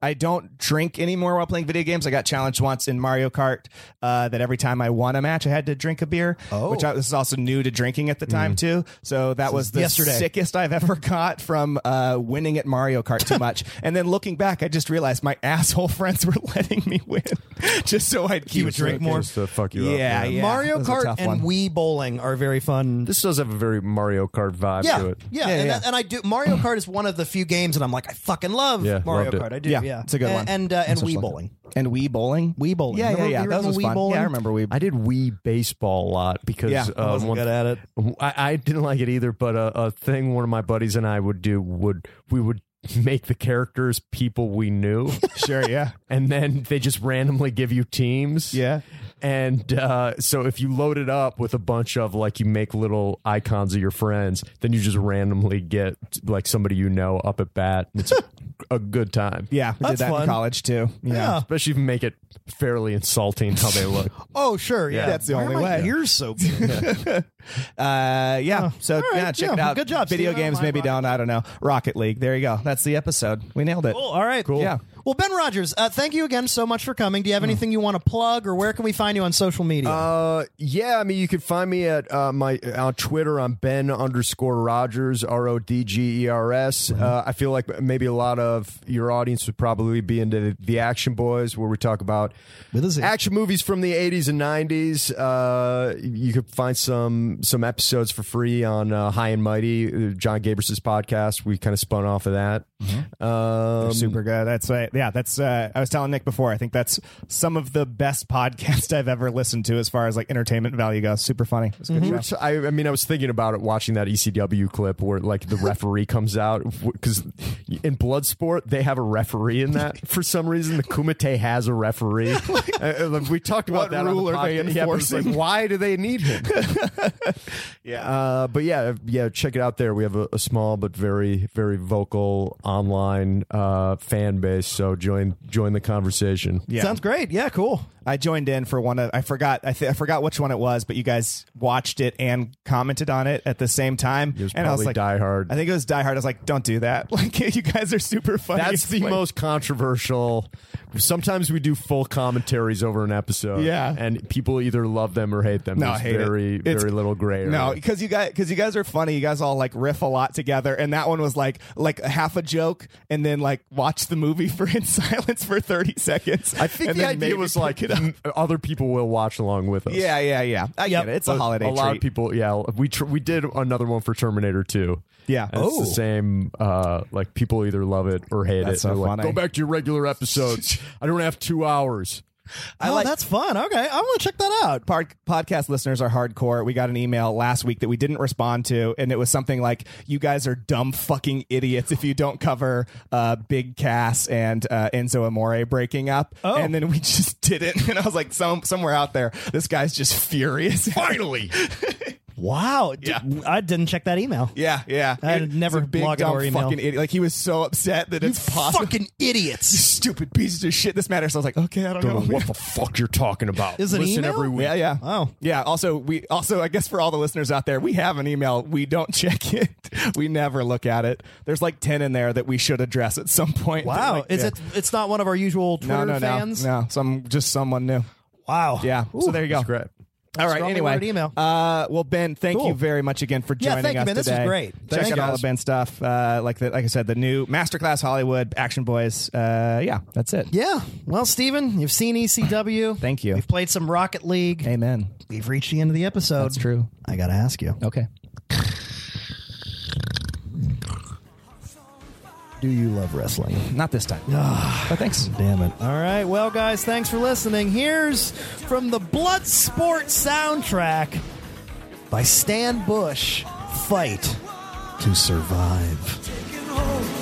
S4: I don't drink anymore while playing video games. I got challenged once in Mario Kart uh, that every time I won a match, I had to drink a beer, oh. which I, this is also new to drinking at the time too. So that was the
S2: Mm. yesterday.
S4: sickest I've ever *laughs* got from uh, winning at Mario Kart too
S2: *laughs*
S4: much. and then looking back, I just realized my asshole *laughs* friends were letting me win *laughs* just so I'd keep
S2: would drink more.
S4: drinking.
S8: to fuck you up.
S4: Yeah, yeah.
S2: Mario
S4: that was a
S2: Kart
S4: tough
S2: and
S4: one.
S2: Wii bowling are very fun.
S8: This does have a very Mario Kart vibe
S2: yeah,
S8: to it.
S2: yeah,
S4: Yeah,
S2: and,
S4: yeah.
S2: That, and I do. Mario Kart is one of the few games that I'm like, I fucking love
S8: Yeah,
S2: Mario
S8: loved it.
S2: Kart. I do. Yeah,
S4: Yeah, it's a good
S2: and,
S4: one.
S2: And uh, and
S4: That's
S2: Wii
S4: fun.
S2: bowling.
S4: and Wii bowling,
S2: Wii bowling.
S4: Yeah,
S2: Remember-
S4: yeah, yeah.
S2: you
S4: That was
S2: remember Wii
S4: fun.
S2: bowling?
S4: Yeah, I remember Wii.
S8: I did Wii baseball a lot because
S4: Yeah,
S8: uh,
S4: I wasn't
S8: one-
S2: good at it.
S8: I, I didn't like it either, but a, a thing one of my buddies and I would do would we would make the characters people we knew,
S4: *laughs* sure, yeah,
S8: and then they just randomly give you teams.
S4: yeah.
S8: And uh, so if you load it up with a bunch of like you make little icons of your friends, then you just randomly get like somebody you know up at bat.
S4: *laughs*
S8: It's a, a good time.
S4: Yeah, we
S2: That's
S4: did that
S2: fun.
S4: in college too. Yeah.
S2: Yeah.
S8: Especially if you make it fairly insulting how they look.
S2: Oh, sure. Yeah,
S4: That's the
S2: Why
S4: only
S2: are my
S4: way.
S2: Ears so big. *laughs*
S4: Uh, yeah. so
S2: all right,
S4: yeah, check
S2: yeah.
S4: it out.
S2: Good job,
S4: Video
S2: Steve. Oh,
S4: games
S2: Online
S4: maybe
S2: Rocket
S4: down. I don't know. Rocket League. There you go. That's the episode. We nailed it.
S2: cool. All right.
S4: Cool. Hmm. Yeah.
S2: Well, Ben Rogers, uh, thank you again so much for coming. Do you have anything you want to plug, or where can we find you on social media?
S8: Uh, yeah, I mean, you can find me at uh, my on Twitter. I'm Ben underscore Rogers R O D G E R S. Uh, I feel like maybe a lot of your audience would probably be into the Action Boys, where we talk about
S2: With a Z.
S8: action movies from the 80s and 90s. Uh, you could find some some episodes for free on uh, High and Mighty, uh, John Gabris's podcast. We kind of spun off of that. Um,
S4: Super good. That's right. Yeah, that's. Uh, I was telling Nick before. I think that's some of the best *laughs* podcast I've ever listened to, as far as like entertainment value goes. Super funny. It's a
S2: Mm-hmm.
S4: good show.
S8: Which I, I mean, I was thinking about it watching that ECW clip where like the referee comes out because in Bloodsport they have a referee in that
S4: *laughs*
S8: for some reason. The Kumite has a referee. Uh, uh, we talked
S4: What
S8: about that.
S4: rule
S8: on the
S4: are they
S8: podcast. Yeah, but it's like,
S4: enforcing?
S8: why do they need him?
S4: *laughs*
S8: *laughs*
S4: Yeah.
S8: Uh, but yeah, yeah, check it out there. We have a, a small but very very vocal online uh, fan base. So join join the conversation.
S4: yeah.
S2: Sounds great. Yeah, cool.
S4: I joined in for one of I forgot I, th- I forgot which one it was, but you guys watched it and commented on it at the same time.
S8: It was
S4: and I was
S8: probably
S4: like,
S8: Die Hard.
S4: I think it was Die Hard. I was like, don't do that. *laughs* Like you guys are super funny.
S8: That's the
S4: Like-
S8: most controversial. Sometimes we do full commentaries over an episode.
S4: Yeah.
S8: And people either love them or hate them.
S4: No,
S8: There's
S4: I hate it.
S8: very, very
S4: It's-
S8: little gray. area.
S4: No, because you guys because you guys are funny. You guys all like riff a lot together, and that one was like like half a joke, and then like watch the movie for in *laughs* silence for thirty seconds.
S8: I think
S4: and
S8: the
S4: then
S8: idea
S4: maybe
S8: was
S4: pick
S8: like
S4: it up.
S8: *laughs* m-
S4: *laughs*
S8: other people will watch along with us.
S4: yeah, yeah, yeah. I
S2: Yep.
S4: get it. It's a holiday.
S8: A lot
S4: treat.
S8: of people, yeah. We tr- we did another one for Terminator 2.
S4: Yeah.
S8: And It's
S4: Oh.
S8: the same. Uh, like people either love it or hate
S4: That's
S8: it.
S4: so
S8: They're like,
S4: funny.
S8: Go back to your
S4: *laughs*
S8: regular episodes. I don't have two hours.
S4: I
S2: oh,
S4: like-
S2: that's fun. Okay, I want to check that out.
S4: pod- Uh, podcast listeners are hardcore. We got an email last week that we didn't respond to, and it was something like, "You guys are dumb fucking idiots if you don't cover uh, Big Cass and uh, Enzo Amore breaking up."
S2: Oh.
S4: And then we *laughs* just didn't. And I was like, "Some somewhere out there, this guy's just furious." *laughs* Finally,
S2: Wow. D-
S4: Yeah.
S2: I didn't check that email.
S4: yeah, yeah.
S2: I had
S4: It's
S2: never
S4: a big
S2: logged
S4: dumb
S2: into our email.
S4: fucking idiot. Like he was so upset that it's possible.
S2: Fucking idiots.
S4: Stupid pieces of shit. This matters. So I was like, okay, I don't,
S8: Don't know
S4: know
S8: what the fuck you're talking about.
S2: Is it
S8: Listen
S2: email? Oh,
S8: every week.
S4: Yeah, yeah.
S2: Wow.
S4: Yeah. Also, we also I guess for all the listeners out there, we have an email. We don't *laughs* check it. We never look at it. There's like ten in there that we should address at some point.
S2: Wow.
S4: Like,
S2: Is
S4: yeah.
S2: it? It's not one of our usual Twitter
S4: no, no,
S2: fans.
S4: no, no. Some just someone new.
S2: Wow.
S4: Yeah. so there you go.
S8: Great.
S4: All right.
S2: Strongly
S4: Anyway,
S2: worded email.
S4: Uh, well, Ben, thank
S2: Cool.
S4: you very much again for
S2: Yeah,
S4: joining
S2: thank you,
S4: us
S2: man. This was
S4: today.
S2: great.
S4: Check
S2: Thanks,
S4: out all
S2: guys.
S4: the Ben stuff. Uh, like the, like I said, the new Masterclass Hollywood Action Boys. Uh, yeah, that's it.
S2: Yeah. Well, Steven, you've seen E ECW.
S4: Thank you.
S2: We've played some Rocket League.
S4: Amen.
S2: We've reached the end of the episode.
S4: That's true.
S2: I gotta ask you.
S4: Okay.
S2: Do you love wrestling?
S4: Not this time. but thanks.
S2: Damn it. All right. Well, guys, thanks for listening. Here's from the Bloodsport soundtrack by Stan Bush Fight to Survive.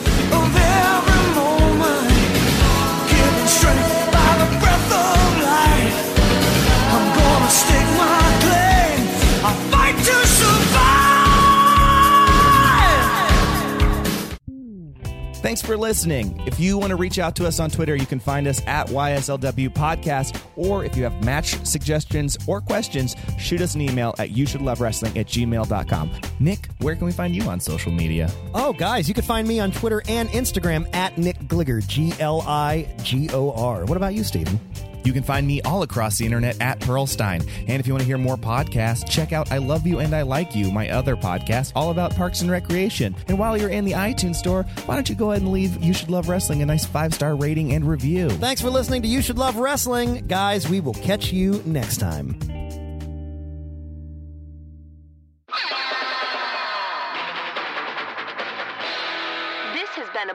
S4: Thanks for listening. If you want to reach out to us on Twitter, you can find us at YSLW Podcast. Or if you have match suggestions or questions, shoot us an email at you should love wrestling at gmail.com. Nick, where can we find you on social media?
S2: Oh, guys, you can find me on Twitter and Instagram at Nick Gligor, G L I G O R. What about you, Steven?
S4: You can find me all across the internet at Pearlstein. And if you want to hear more podcasts, check out I Love You and I Like You, my other podcast, all about parks and recreation. And while you're in the iTunes store, why don't you go ahead and leave You Should Love Wrestling a nice five star rating and review?
S2: Thanks for listening to You Should Love Wrestling. Guys, we will catch you next time.
S1: This has been a